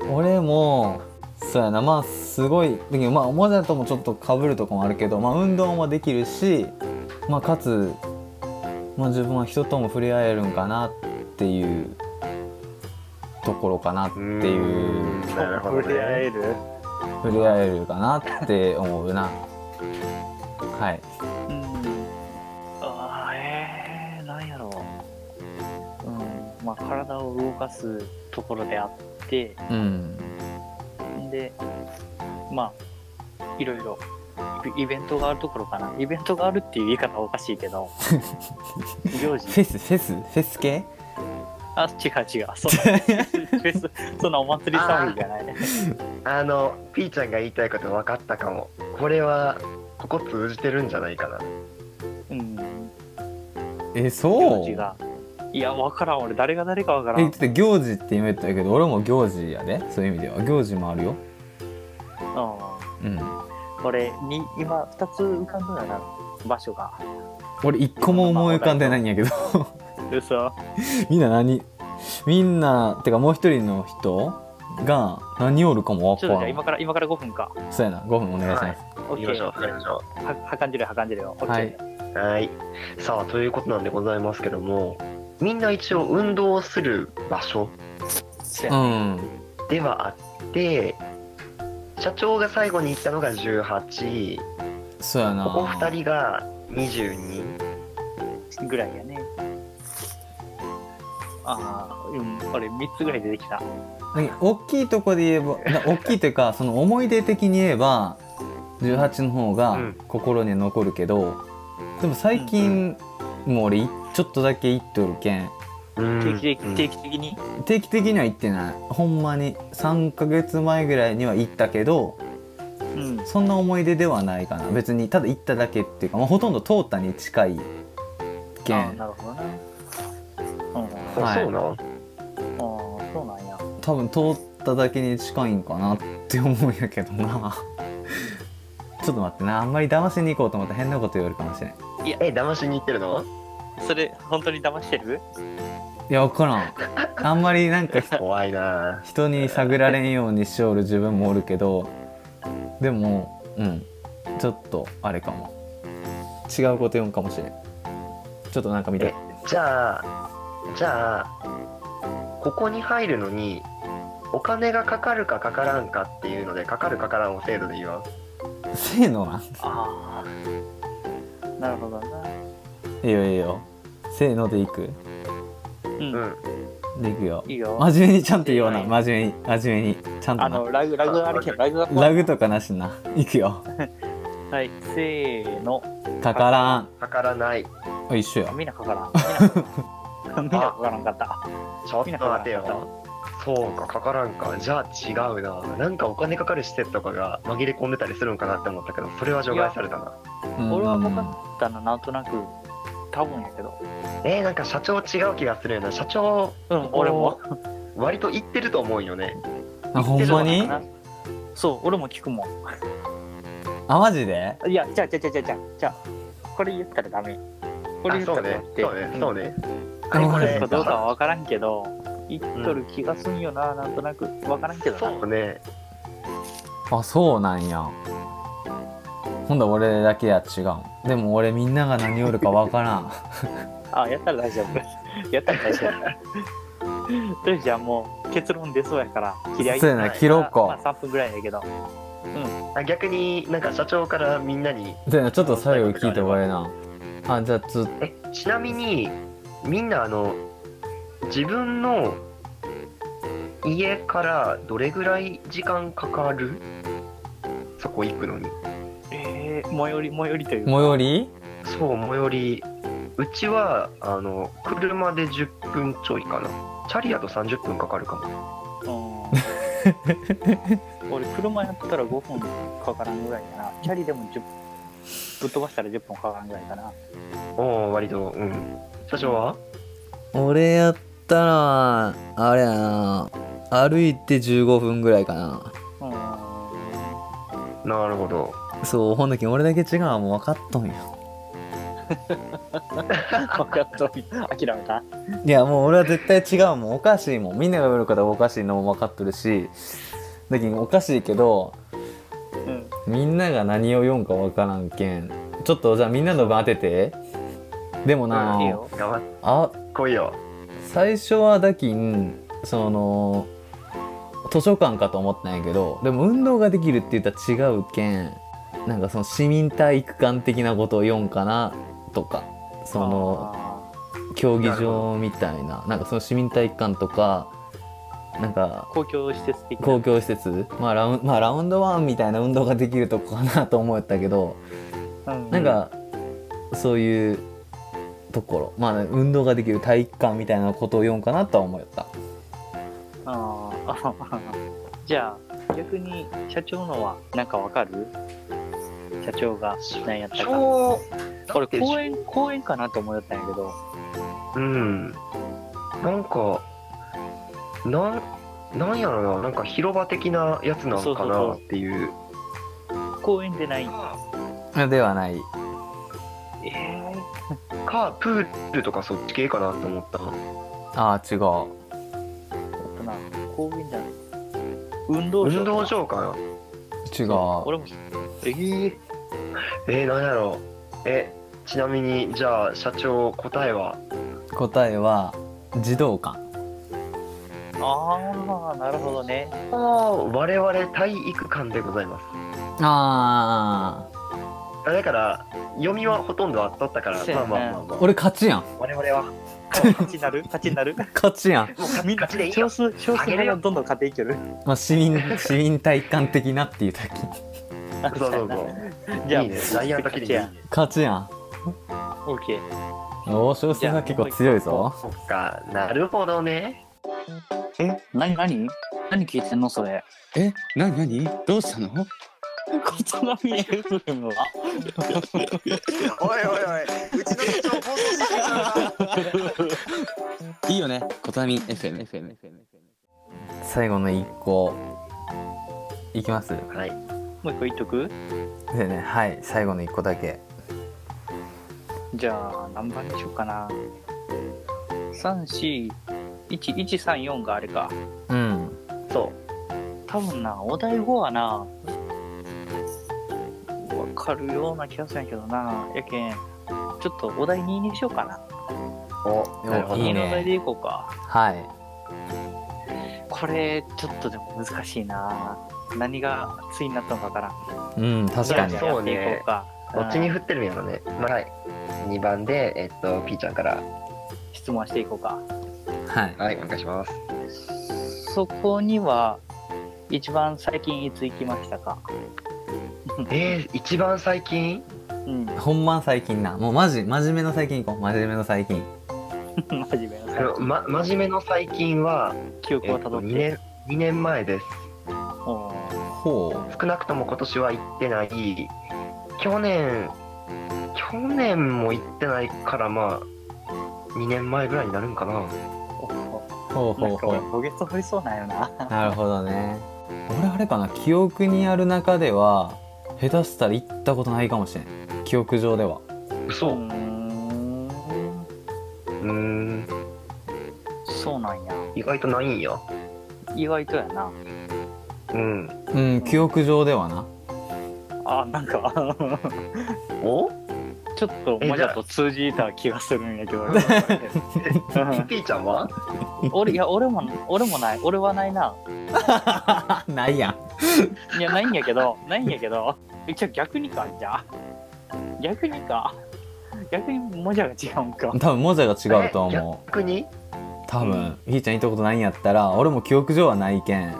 [SPEAKER 2] 俺もそうやなまあすごいだけどまあモザともちょっとかぶるとこもあるけど、まあ、運動もできるし、まあ、かつ、まあ、自分は人とも触れ合えるんかなっていうところかなっていう
[SPEAKER 4] なるほど
[SPEAKER 3] 触れ合
[SPEAKER 4] ね
[SPEAKER 3] える
[SPEAKER 2] 触れ合えるかなって思うなはい
[SPEAKER 3] うんあーえー、なんやろう、うんまあ、体を動かすところであって
[SPEAKER 2] うん
[SPEAKER 3] でまあいろいろイイベントがあるところかなイベントがあるっていう言い方はおかしいけ ど
[SPEAKER 2] フ
[SPEAKER 3] 行
[SPEAKER 2] ェ
[SPEAKER 3] 事
[SPEAKER 2] スフェスフェス系
[SPEAKER 3] あ違う違うそんなフェスそんなお祭り騒ぎじゃないね
[SPEAKER 4] あのピーちゃんが言いたいこと分かったかもこれはここ通じてるんじゃないかな
[SPEAKER 3] うん
[SPEAKER 2] え
[SPEAKER 3] 行
[SPEAKER 2] そう
[SPEAKER 3] 事
[SPEAKER 2] え
[SPEAKER 3] がいや分からん俺誰が誰か分から
[SPEAKER 2] ちょ
[SPEAKER 3] ん
[SPEAKER 2] っと行事って言われたけど俺も行事やでそういう意味では行事もあるよ
[SPEAKER 3] うん
[SPEAKER 2] うん
[SPEAKER 3] 俺に今2つ浮かんだよな場所が
[SPEAKER 2] 俺一個も思い浮かんでないんやけど
[SPEAKER 3] 嘘
[SPEAKER 2] みんな何みんなてかもう一人の人が何おるかもわか
[SPEAKER 3] ちょっとじゃあ
[SPEAKER 2] ら
[SPEAKER 3] 今
[SPEAKER 2] ん
[SPEAKER 3] から今から5分か。
[SPEAKER 2] そうやな5分お願いします、
[SPEAKER 3] オ
[SPEAKER 4] 行
[SPEAKER 3] ッ
[SPEAKER 4] き
[SPEAKER 3] ケ
[SPEAKER 4] ましょう
[SPEAKER 3] ー。
[SPEAKER 4] 行きましょ
[SPEAKER 3] ははかんじるよはかんじるよ。オッ
[SPEAKER 2] はい
[SPEAKER 3] ケー。
[SPEAKER 4] うはいさあということなんでございますけどもみんな一応運動をする場所
[SPEAKER 3] せや
[SPEAKER 2] うん
[SPEAKER 4] ではあって社長が最後に行ったのが18
[SPEAKER 2] そうやな
[SPEAKER 4] ここ2人が22
[SPEAKER 3] ぐらいやね。ああ、うん、俺3つぐらい出てきた。
[SPEAKER 2] 何大きいとこで言えばな大きいというかその思い出的に言えば18の方が
[SPEAKER 4] うん
[SPEAKER 2] 心に残るけど、でも最近、もう俺いちょっとだけ行っとるけん
[SPEAKER 4] うん
[SPEAKER 3] 定期的定期的に。
[SPEAKER 2] 定期的には行ってないほんまに3ヶ月前ぐらいには行ったけど
[SPEAKER 3] うん。
[SPEAKER 2] そんな思い出ではないかな別にただ行っただけっていうか、まあ、ほとんど通ったに近いけ
[SPEAKER 3] ああ、
[SPEAKER 2] ん
[SPEAKER 3] なるほどね。うん。あ
[SPEAKER 4] あそうなん、
[SPEAKER 3] あ、そうなんや。
[SPEAKER 2] 多分通っただけに近いんかなって思うんやけどな ちょっと待ってなあんまり騙しに行こうと思ったら変なこと言われるかもしれんい
[SPEAKER 4] え騙しに行ってるの
[SPEAKER 3] それ、本当に騙してる
[SPEAKER 2] や分からんあんまりなんか
[SPEAKER 4] 怖いな
[SPEAKER 2] 人に探られんようにしおる自分もおるけどでもうんちょっとあれかも違うこと言うんかもしれんちょっとなんか見て
[SPEAKER 4] えじゃあじゃあここに入るのにお金がかかるかかからんかっていうのでかかるかからんを制度で言わん
[SPEAKER 2] せーのなん
[SPEAKER 3] ああ。なるほどな。
[SPEAKER 2] いいよいいよせーのでいく
[SPEAKER 3] うん。
[SPEAKER 4] うん
[SPEAKER 2] でいくよ
[SPEAKER 3] いいよ。
[SPEAKER 2] 真面目にちゃんと言わな
[SPEAKER 3] はい
[SPEAKER 2] 真面目に真面目にちゃんと
[SPEAKER 3] あ
[SPEAKER 2] な
[SPEAKER 3] の、ラグ、ラグがあるけど、ラグが怖い
[SPEAKER 2] ラグとかなしないくよ
[SPEAKER 3] はい、せーの。
[SPEAKER 2] かからん
[SPEAKER 4] かからないち
[SPEAKER 2] あ一緒
[SPEAKER 3] あ
[SPEAKER 2] や
[SPEAKER 3] みんなかからん。みんなかからんかった。
[SPEAKER 4] ょっ
[SPEAKER 3] み
[SPEAKER 4] と待て
[SPEAKER 3] んなかからん
[SPEAKER 4] よそうかかからんかじゃあ違うななんかお金かかる施設とかが紛れ込んでたりするんかなって思ったけどそれは除外されたな
[SPEAKER 2] うん
[SPEAKER 3] 俺は分かったな、なんとなく。多分やけど。
[SPEAKER 4] えー、なんか社長違う気がするよな社長
[SPEAKER 3] うん、俺も。
[SPEAKER 4] 割と言ってると思うんよね
[SPEAKER 2] あほんまに
[SPEAKER 3] そう、俺も聞くもん。
[SPEAKER 2] あマジで
[SPEAKER 3] いや、じゃあ、じゃあ、じゃあ、じゃあ、じゃあ、これ言ったらダメ。こ
[SPEAKER 4] あ
[SPEAKER 3] れ言っ
[SPEAKER 4] そ
[SPEAKER 3] た
[SPEAKER 4] う
[SPEAKER 3] ら
[SPEAKER 4] ね
[SPEAKER 3] だって。
[SPEAKER 4] そうねそうね、
[SPEAKER 2] あ
[SPEAKER 4] あ
[SPEAKER 2] わ
[SPEAKER 4] こ
[SPEAKER 2] か
[SPEAKER 4] れ
[SPEAKER 2] った
[SPEAKER 3] どうかは分からんけど、言っとる気がすんよな、なんとなく。分からんけどな。
[SPEAKER 4] そうね
[SPEAKER 2] あそうなんやほんだら俺だけや違うんでも俺みんなが何おるかわからん
[SPEAKER 3] あ、やったら大丈夫。や ったら大丈夫。とりあえずじゃあもう結論出そうやから、切り上げ
[SPEAKER 2] そうやな切ろうか
[SPEAKER 3] まあ3分ぐらいやけど。
[SPEAKER 4] あ逆になんか社長からみんなに
[SPEAKER 2] じゃあちょっと最後聞いて終わりなあじゃあつ
[SPEAKER 4] えちなみにみんなあの自分の家からどれぐらい時間かかるそこ行くのに
[SPEAKER 3] えー、最寄り、最寄りというか
[SPEAKER 2] 最寄り
[SPEAKER 4] そう最寄りうちはあの車で10分ちょいかなチャリだと30分かかるかも
[SPEAKER 3] うん俺車やったら5分かからんぐらいかなキャリでも10ぶっ飛ばしたら10分かからんぐらいかな
[SPEAKER 4] おお割とうん社長は
[SPEAKER 2] 俺やったらあれやな歩いて15分ぐらいかな
[SPEAKER 3] うん
[SPEAKER 4] なるほど
[SPEAKER 2] そうほんだけ俺だけ違うわもう分かっとんや
[SPEAKER 3] 分かった諦めた
[SPEAKER 2] いやもう俺は絶対違うもんおかしいもんみんなが喜ぶからおかしいのも分かっとるしだけどおかしいけど
[SPEAKER 3] うん
[SPEAKER 2] みんなが何を読むか分からんけんちょっとじゃあみんなの分当ててでもな、
[SPEAKER 3] いいよ
[SPEAKER 4] やばっ
[SPEAKER 2] あ
[SPEAKER 4] こいよ
[SPEAKER 2] 最初はだきんその図書館かと思ったんやけどでも運動ができるって言ったら違うけんなんかその市民体育館的なことを読んかなとかその
[SPEAKER 3] あ
[SPEAKER 2] 競技場みたいななんかその市民体育館とかなんか
[SPEAKER 3] ー公共施設的な
[SPEAKER 2] 公共施設、まあ、ラウンまあラウンドワンみたいな運動ができるとこかなと思ったけど
[SPEAKER 3] うん
[SPEAKER 2] なんかそういうところまあ運動ができる体育館みたいなことを読むかなとは思った
[SPEAKER 3] ああじゃあ逆に社長のはなんかわかる社長が何やったか
[SPEAKER 4] 超
[SPEAKER 3] 俺公園公園かなと思ったんやけど
[SPEAKER 4] うんなんかなんなんやろななんか広場的なやつなのかなっていう
[SPEAKER 3] 公園でない
[SPEAKER 2] ではない
[SPEAKER 4] えーかプールとかそっち系かなと思ったの
[SPEAKER 2] ああ違う
[SPEAKER 3] かな公園じゃない運動場
[SPEAKER 4] 運動場かな
[SPEAKER 2] 違う
[SPEAKER 3] 俺もえー、
[SPEAKER 4] えー、なんやろうえちなみにじゃあ社長答えは
[SPEAKER 2] 答えは児童館
[SPEAKER 3] ああなるほどね
[SPEAKER 4] ああ我々体育館でございます
[SPEAKER 2] あ
[SPEAKER 4] あだから読みはほとんどあっとったから
[SPEAKER 3] そう
[SPEAKER 4] まあ
[SPEAKER 3] やな
[SPEAKER 4] まあまあまあ
[SPEAKER 2] 俺勝ちやん
[SPEAKER 4] 我々 は
[SPEAKER 3] 勝ちになる勝ちになる
[SPEAKER 2] 勝ちやん、
[SPEAKER 4] もう
[SPEAKER 3] みんな
[SPEAKER 4] 勝ちでいい
[SPEAKER 3] 少
[SPEAKER 4] よ
[SPEAKER 3] 数少数
[SPEAKER 4] あ
[SPEAKER 3] 派
[SPEAKER 4] げる
[SPEAKER 3] が
[SPEAKER 4] よ
[SPEAKER 3] どんどん勝っていける
[SPEAKER 2] まあ、市民 市民体育館的なっていう時
[SPEAKER 4] そうそう そう
[SPEAKER 3] じゃあ
[SPEAKER 4] いいねライアンだけでいいね
[SPEAKER 3] 勝
[SPEAKER 2] 勝ちやん
[SPEAKER 3] ちやオッケー
[SPEAKER 2] お少数が結構強いぞ
[SPEAKER 4] そっかなるほどね
[SPEAKER 3] え何何何聞いてんのそれ
[SPEAKER 7] え、なになにどうしたの
[SPEAKER 3] ことなみ FM は
[SPEAKER 6] おいおいおい、うちの社長暴走してきたな。
[SPEAKER 7] いいよね。コタミ FM。FM。
[SPEAKER 2] 最後の一個いきます
[SPEAKER 4] はい
[SPEAKER 3] もう一個言っとく
[SPEAKER 2] でねはい最後の一個だけ
[SPEAKER 3] じゃあ何番にしようかな34134があれか
[SPEAKER 2] うん
[SPEAKER 4] そ
[SPEAKER 3] 多分なお題5はなわかるような気がするんやけどなやけんちょっとお題2にしようかな
[SPEAKER 4] うおなるほ
[SPEAKER 2] い
[SPEAKER 4] ど
[SPEAKER 2] いね
[SPEAKER 3] 2のお題でいこうか
[SPEAKER 2] はい
[SPEAKER 3] これちょっとでも難しいな何がついになったのかわからん
[SPEAKER 2] うん確かに
[SPEAKER 3] じゃあやっていこうか
[SPEAKER 4] どっちに
[SPEAKER 3] うん
[SPEAKER 4] 振ってるんやろねまあはい2番でえっとピーちゃんから
[SPEAKER 3] 質問していこうか
[SPEAKER 2] はい
[SPEAKER 4] はいお願いします
[SPEAKER 3] そこには一番最近いつ行きましたか
[SPEAKER 4] えー、一番最近
[SPEAKER 3] うん
[SPEAKER 2] ほんま最近なもうマジ真面目の最近行こう真面目の最近
[SPEAKER 3] 真面目な
[SPEAKER 4] あのま真面目の最近は、
[SPEAKER 3] 記憶
[SPEAKER 4] え
[SPEAKER 3] を
[SPEAKER 4] った
[SPEAKER 3] ど
[SPEAKER 4] と、
[SPEAKER 3] っ
[SPEAKER 4] 2
[SPEAKER 3] て、
[SPEAKER 4] 年2年前です
[SPEAKER 3] おー
[SPEAKER 2] ほう
[SPEAKER 4] 少なくとも今年は行ってない去年去年も行ってないからまあ2年前ぐらいになるんかな
[SPEAKER 3] お
[SPEAKER 2] ほう
[SPEAKER 3] ーな
[SPEAKER 2] ほうんほ
[SPEAKER 3] か俺
[SPEAKER 2] う
[SPEAKER 3] ボゲソ掘りそうなんよな
[SPEAKER 2] なるほどね俺あれかな記憶にある中では下手したら行ったことないかもしれん記憶上では
[SPEAKER 4] 嘘
[SPEAKER 3] う
[SPEAKER 4] う
[SPEAKER 3] ーん
[SPEAKER 4] ーん
[SPEAKER 3] そうなんや
[SPEAKER 4] 意外とないんや
[SPEAKER 3] 意外とやな
[SPEAKER 4] うん
[SPEAKER 2] うん記憶上ではな
[SPEAKER 3] あなんか
[SPEAKER 4] お
[SPEAKER 3] ちょっと
[SPEAKER 4] え
[SPEAKER 3] も
[SPEAKER 4] じ
[SPEAKER 3] じ
[SPEAKER 4] ゃあ
[SPEAKER 3] ゃと通じた気がするんやけど
[SPEAKER 4] ピーちゃんは
[SPEAKER 3] 俺いや俺も俺もない俺はないな
[SPEAKER 2] ないやん
[SPEAKER 3] いやないんやけどないんやけどえじゃあ逆にかじゃあ逆にか逆にもじゃが違うんか
[SPEAKER 2] 多分モジャ が違うと思
[SPEAKER 4] え逆に
[SPEAKER 2] う多分ひーちゃん行ったことないんやったら俺も記憶上はないけん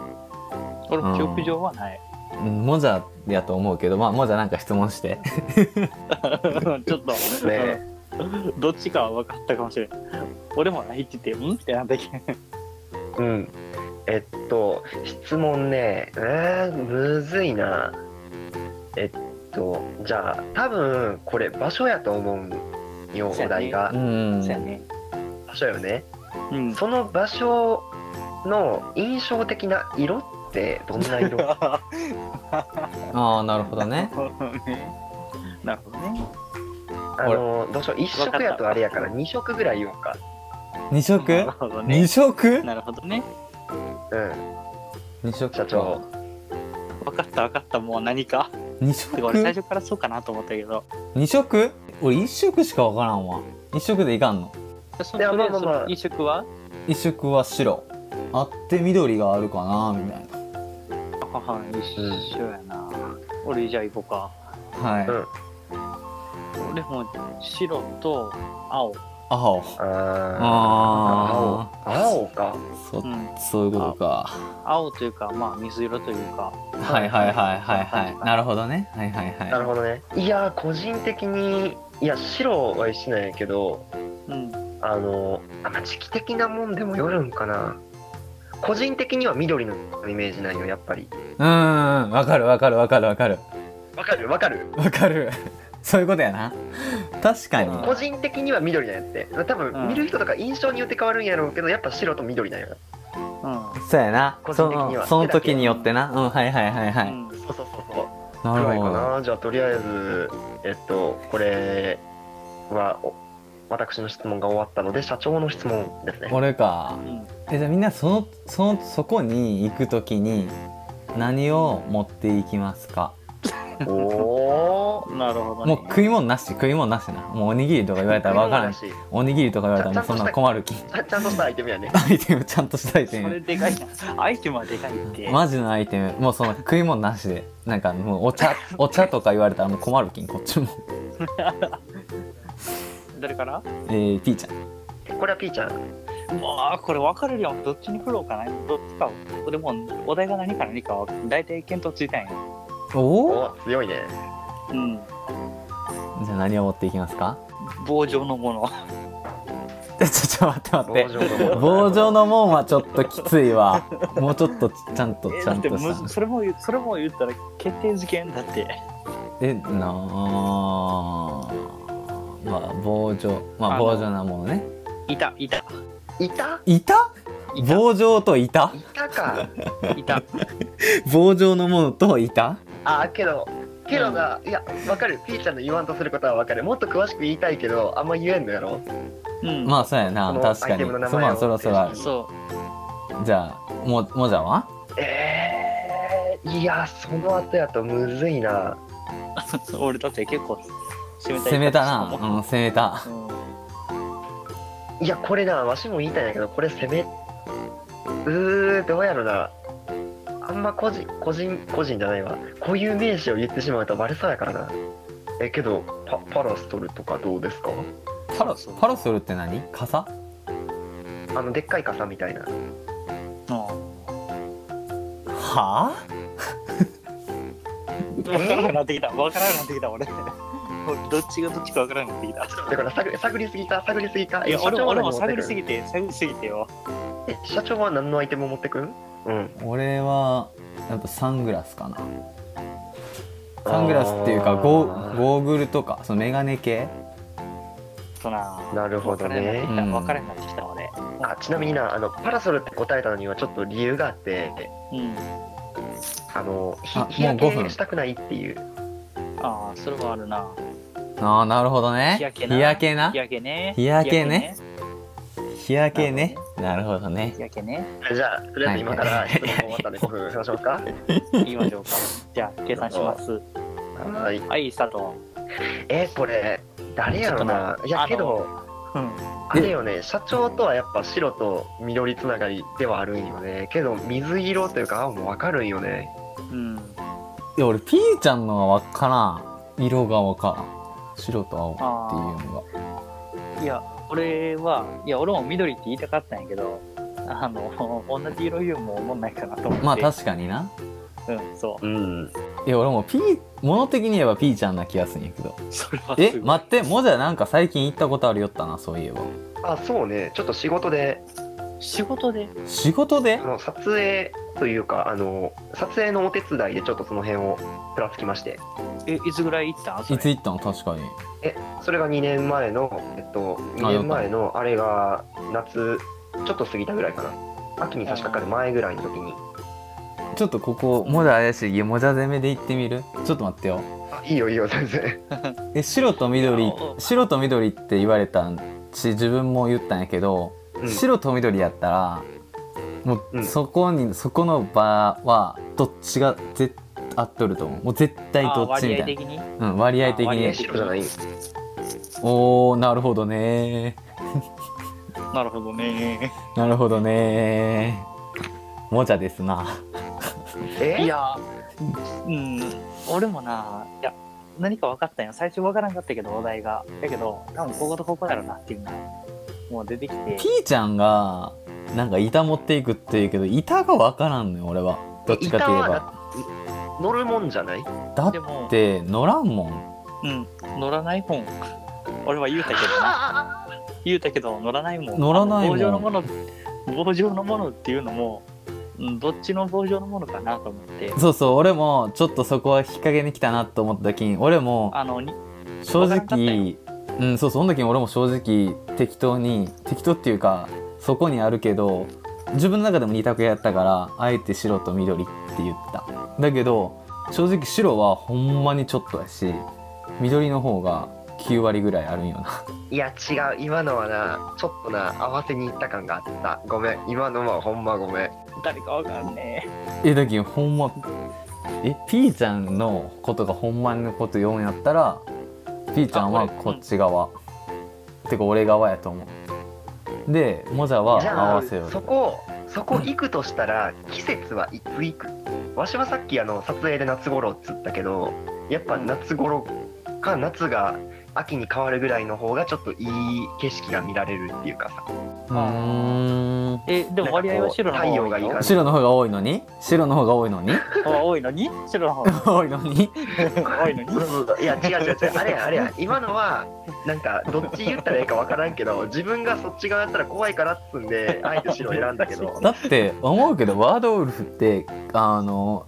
[SPEAKER 3] 俺も記憶上はない、
[SPEAKER 2] うんモジャ やと思うけどまあモジャなんか質問して
[SPEAKER 3] ちょっと、
[SPEAKER 4] ね
[SPEAKER 3] どっちかは分かったかもしれない。俺もないって言って、うんってなったっけ。
[SPEAKER 4] うん。えっと、質問ね、えー、むずいな。えっと、じゃあ、多分これ、場所やと思うよ、お
[SPEAKER 3] そうやね
[SPEAKER 4] 題が
[SPEAKER 2] う。ん
[SPEAKER 3] そうやね。
[SPEAKER 4] 場所よね。
[SPEAKER 3] うん。
[SPEAKER 4] その場所の印象的な色ってどんな 色
[SPEAKER 2] ああなるほどね
[SPEAKER 3] なるほどね。
[SPEAKER 4] あの、どうしよう、1色やとあれやから、2色ぐらい言おうか。
[SPEAKER 2] 二
[SPEAKER 3] な
[SPEAKER 2] 色
[SPEAKER 3] るほど
[SPEAKER 2] 二
[SPEAKER 3] ね。
[SPEAKER 2] 色
[SPEAKER 3] なるほどね。
[SPEAKER 4] うん、
[SPEAKER 2] 二色
[SPEAKER 4] 社長。
[SPEAKER 3] 分かった分かった、もう何か。
[SPEAKER 2] 二
[SPEAKER 3] てか俺最
[SPEAKER 2] 色
[SPEAKER 3] 初からそうかなと思ったけど。
[SPEAKER 2] 二色俺一色しかわからんわ一色でいかんの
[SPEAKER 3] そ
[SPEAKER 4] いや
[SPEAKER 3] そ
[SPEAKER 4] まあ
[SPEAKER 3] れ
[SPEAKER 4] まあまあ
[SPEAKER 3] その飲食は
[SPEAKER 2] 一色は白あって緑があるかなみたい
[SPEAKER 3] はは一緒やな。俺じゃあ行こうか。
[SPEAKER 2] なはい、
[SPEAKER 4] うん
[SPEAKER 3] 俺も白と青。
[SPEAKER 2] 青
[SPEAKER 4] あー
[SPEAKER 2] あ
[SPEAKER 4] 青。青
[SPEAKER 2] あ
[SPEAKER 4] か。
[SPEAKER 2] そ
[SPEAKER 3] うん。
[SPEAKER 2] そういうことか
[SPEAKER 3] 青というか、まあ水色というか。
[SPEAKER 2] はいはいはいはいはいなるほどねはいはいはい
[SPEAKER 4] なるほどね。いやー、個人的に、いや、白は一緒なんやけど、
[SPEAKER 3] うん。
[SPEAKER 4] あの、あまあ時期的なもんでもよるんかな。個人的には緑のイメージなんよ、やっぱり。
[SPEAKER 2] うんうんうんわかるわかるわかるわかる
[SPEAKER 4] わかるわかる。
[SPEAKER 2] わかるそういうことやな確かに
[SPEAKER 3] うん
[SPEAKER 4] 個人的には緑なんやって。多
[SPEAKER 3] うん
[SPEAKER 4] 分、見る人とか印象によって変わるんやろうけど、やっぱ白と緑なんや。
[SPEAKER 3] うん。
[SPEAKER 2] そうやな
[SPEAKER 4] 個人
[SPEAKER 2] そ
[SPEAKER 4] 的に
[SPEAKER 2] の
[SPEAKER 4] は
[SPEAKER 2] その時によってなうんはいはいはいはい、
[SPEAKER 3] うん
[SPEAKER 4] そうそうそうそう。
[SPEAKER 2] な
[SPEAKER 4] く
[SPEAKER 2] る
[SPEAKER 4] らい
[SPEAKER 2] ほ
[SPEAKER 4] か
[SPEAKER 2] ど
[SPEAKER 4] な。じゃあ、とりあえず、えっと、これは、お私の質問が終わったので、社長の質問ですね。
[SPEAKER 2] 俺か
[SPEAKER 3] うん
[SPEAKER 2] えじゃあみんなそのそのそこに行く時に何を持っていきますか
[SPEAKER 4] おお
[SPEAKER 3] なるほど
[SPEAKER 2] も
[SPEAKER 3] ね。
[SPEAKER 2] う食い物なし食い物なしなもうおにぎりとか言われたら分からん
[SPEAKER 4] しち
[SPEAKER 2] おにぎりとか言われたらもうそんなん困る気
[SPEAKER 4] ゃちゃんとしたアイテムやね。
[SPEAKER 2] アイテムちゃんとしたアイ
[SPEAKER 3] そ
[SPEAKER 2] テム
[SPEAKER 3] れでかいな。アイテムはでかいって。
[SPEAKER 2] マジのアイテムもうその食い物なしでなんかもうお茶お茶とか言われたらもう困るきんこっちも
[SPEAKER 3] 誰から
[SPEAKER 2] えー、ピーちゃん
[SPEAKER 4] これはピーちゃん。
[SPEAKER 3] まあ、これ分かれるよ。どっちに振ろうかな。どっちか。俺もうお題が何か何かは大体見当ついたんや。
[SPEAKER 2] おお
[SPEAKER 4] お強いね。
[SPEAKER 3] うん。
[SPEAKER 2] じゃあ何を持っていきますか
[SPEAKER 3] 棒状のもの。
[SPEAKER 2] ちょちょ待って待
[SPEAKER 4] 棒
[SPEAKER 2] って
[SPEAKER 4] 状の
[SPEAKER 2] 棒状のもんはちょっときついわもうちょっとちゃんとち
[SPEAKER 3] え
[SPEAKER 2] ゃ
[SPEAKER 3] だっ
[SPEAKER 2] ん
[SPEAKER 3] て
[SPEAKER 2] と
[SPEAKER 3] む
[SPEAKER 2] した
[SPEAKER 3] ずそれも言うそれも言ったら決定事件だって
[SPEAKER 2] えなあまあ棒状まあ
[SPEAKER 3] あの
[SPEAKER 2] 棒状なものね
[SPEAKER 3] いたいた
[SPEAKER 4] いた
[SPEAKER 2] 板
[SPEAKER 3] いた
[SPEAKER 2] 棒状と板
[SPEAKER 4] いたか。
[SPEAKER 3] いた
[SPEAKER 2] 棒状のものと板
[SPEAKER 4] あ、けど、けどな、いや、わかる。ピーちゃんの言わんとすることはわかる。もっと詳しく言いたいけど、あんま言えんのやろ。
[SPEAKER 3] うん
[SPEAKER 2] まあそうやな
[SPEAKER 4] その
[SPEAKER 2] 確か
[SPEAKER 4] ア
[SPEAKER 2] に
[SPEAKER 4] イテ
[SPEAKER 2] そ
[SPEAKER 4] ムの名前を
[SPEAKER 2] まあそろそろある
[SPEAKER 3] そ
[SPEAKER 2] じゃあももじゃは
[SPEAKER 4] えー、いや、その後やとむずいな。
[SPEAKER 3] う俺だって結構攻
[SPEAKER 2] 攻めた なうん攻めた
[SPEAKER 3] うん
[SPEAKER 4] いや、これな、わしも言いたいんやけど、これ攻め、うー、どうやろな。あんま個人、個人、個人じゃないわ。こういう名詞を言ってしまうとバレそうやからな。え、けど、パパラストルとかどうですか
[SPEAKER 2] パラパラソルって何傘
[SPEAKER 4] あの、でっかい傘みたいな。
[SPEAKER 2] は
[SPEAKER 3] 分からなくなってきた分からなくなってきた俺 俺どっちがどっちか分からなくなってきた
[SPEAKER 4] だから探り、探りすぎた、探りすぎた。
[SPEAKER 3] いや俺も俺も
[SPEAKER 4] は
[SPEAKER 3] 探
[SPEAKER 4] 何持
[SPEAKER 3] り
[SPEAKER 4] っ
[SPEAKER 3] す
[SPEAKER 4] てく
[SPEAKER 3] ぎて探りすぎてよ
[SPEAKER 4] え、社長は何のアイテムを持ってくんうん。
[SPEAKER 2] あ俺はやっぱサングラスかなサングラスっていうかゴー
[SPEAKER 4] ー
[SPEAKER 2] ゴーグルとかそのメガネ系
[SPEAKER 3] そうな
[SPEAKER 4] なるほどね。
[SPEAKER 2] うん
[SPEAKER 3] 分からなくなってきた俺
[SPEAKER 4] あ、ちなみにな、あの、パラソルって答えたのにはちょっと理由があって、
[SPEAKER 3] うん
[SPEAKER 4] あの、ひ
[SPEAKER 2] あ
[SPEAKER 4] 日
[SPEAKER 2] もう
[SPEAKER 4] 焼
[SPEAKER 2] 五分
[SPEAKER 4] けしたくないっていう。
[SPEAKER 3] ああそれはあるな
[SPEAKER 2] ああなるほどね
[SPEAKER 3] 日焼けな
[SPEAKER 2] けな
[SPEAKER 3] 日焼けね
[SPEAKER 2] 日焼けね日焼けねなるほどね
[SPEAKER 3] 日焼けね
[SPEAKER 4] じゃあ、とりあえず今から質問が終わったんで5分 話しますか。
[SPEAKER 3] 言いましょうか じゃあ計算します
[SPEAKER 4] はい。
[SPEAKER 3] はいスタート
[SPEAKER 4] え、これ、誰やろな。いや、けど、
[SPEAKER 3] うん
[SPEAKER 4] あれよね、社長とはやっぱ白と緑つながりではあるんよね。けど、水色というか青もわかるんよね。
[SPEAKER 3] うん
[SPEAKER 2] いや俺ピーちゃんのは分からん色が分からん白と青っていうの
[SPEAKER 3] いや俺はいや俺も緑って言いたかったんやけどあの同じ色言うのも思んないかなと思っ
[SPEAKER 2] が
[SPEAKER 3] て
[SPEAKER 2] まあ確かにな
[SPEAKER 3] うんそ
[SPEAKER 4] うん。
[SPEAKER 2] いや俺もうピー物的に言えばピーちゃんな気がするんやけど
[SPEAKER 7] それは
[SPEAKER 2] え
[SPEAKER 7] すごい。
[SPEAKER 2] 待ってもじゃなんか最近行ったことあるよったなそういえば
[SPEAKER 4] あそうねちょっと仕事で
[SPEAKER 3] 仕事で
[SPEAKER 2] 仕事で
[SPEAKER 4] あの撮影というかあの撮影のお手伝いでちょっとその辺をふらつきまして
[SPEAKER 3] えいつぐらい行ったんそ
[SPEAKER 2] い
[SPEAKER 3] れ
[SPEAKER 2] つ行ったの確かに
[SPEAKER 4] えそれが2年前のえっと2年前のあれが夏ちょっと過ぎたぐらいかな秋に差し掛かる前ぐらいの時に
[SPEAKER 2] ちょっとここもじゃ怪しいいやもじゃ攻めで行ってみるちょっと待ってよ
[SPEAKER 4] あいいよいいよ全然
[SPEAKER 2] え白と
[SPEAKER 3] い
[SPEAKER 2] 緑
[SPEAKER 3] やお
[SPEAKER 2] 白と緑って言われたんし自分も言ったんやけど、
[SPEAKER 4] うん
[SPEAKER 2] 白と緑やったらもう、
[SPEAKER 4] うん
[SPEAKER 2] そこにそこの場はどっちが絶合っとると思うもう絶対どっちみたい
[SPEAKER 3] あー割合的に
[SPEAKER 2] なうん割合的
[SPEAKER 3] あー割合
[SPEAKER 2] に
[SPEAKER 4] え白じゃない
[SPEAKER 2] おおなるほどね
[SPEAKER 3] なるほどね
[SPEAKER 2] なるほどねもじゃですな
[SPEAKER 4] え
[SPEAKER 3] いやうん俺もないや何か分かったんよ最初分からんかったけどお題がだけど多分こことここやろなっていうのがもう出てきて
[SPEAKER 2] T ちゃんがなんか板持っていくって言うけど板がわからんのよ俺はどっちかといえば
[SPEAKER 4] 板は乗るもんじゃない
[SPEAKER 2] だ
[SPEAKER 3] でも
[SPEAKER 2] って乗らんもん
[SPEAKER 3] うん乗らないもん俺は言うたけどな言うたけど乗らないもん
[SPEAKER 2] 乗らないもん
[SPEAKER 3] 棒状のもの棒状のものっていうのも、うん、どっちの棒状のものかなと思って
[SPEAKER 2] そうそう俺もちょっとそこは引っ掛けに来たなと思った時に俺も
[SPEAKER 3] あのに
[SPEAKER 2] 正
[SPEAKER 3] わからんか
[SPEAKER 2] 直うんそうそうその時に俺も正直適当に適当っていうかそこにあるけど自分の中でも2択やったからあえて白と緑って言っただけど正直白はほんまにちょっとやし緑の方が9割ぐらいあるんよない
[SPEAKER 4] や違う今のはなちょっとな合わせに行った感があったごめん今のはほんまごめん
[SPEAKER 3] 誰かわかんね
[SPEAKER 2] えだけどほんまえピーちゃんのことがほんまのこと言うんやったらピーちゃんは
[SPEAKER 3] あこれ
[SPEAKER 2] こっち側、てか俺側やと思うでモジャは
[SPEAKER 4] じ
[SPEAKER 2] 合
[SPEAKER 4] ゃあ
[SPEAKER 2] わせよう
[SPEAKER 4] そこそこ行くとしたら季節はいつ行くわしはさっきあの撮影で夏頃っつったけどやっぱ夏頃か夏が秋に変わるぐらいの方がちょっといい景色が見られるっていうかさ
[SPEAKER 2] うーん
[SPEAKER 3] えでも割合は白の方
[SPEAKER 4] なんかこう太陽がいいから
[SPEAKER 2] 白の方が多いのに白の方が多いのに
[SPEAKER 3] あ多いのに白の方が
[SPEAKER 2] 多いのに
[SPEAKER 3] 多いのに
[SPEAKER 4] そうそうそういや違う違う違 うあれやあれや今のはなんかどっち言ったらいいかわからんけど自分がそっち側やったら怖いからっつんであえて白を選んだけど
[SPEAKER 2] だって思うけどワードウルフってあの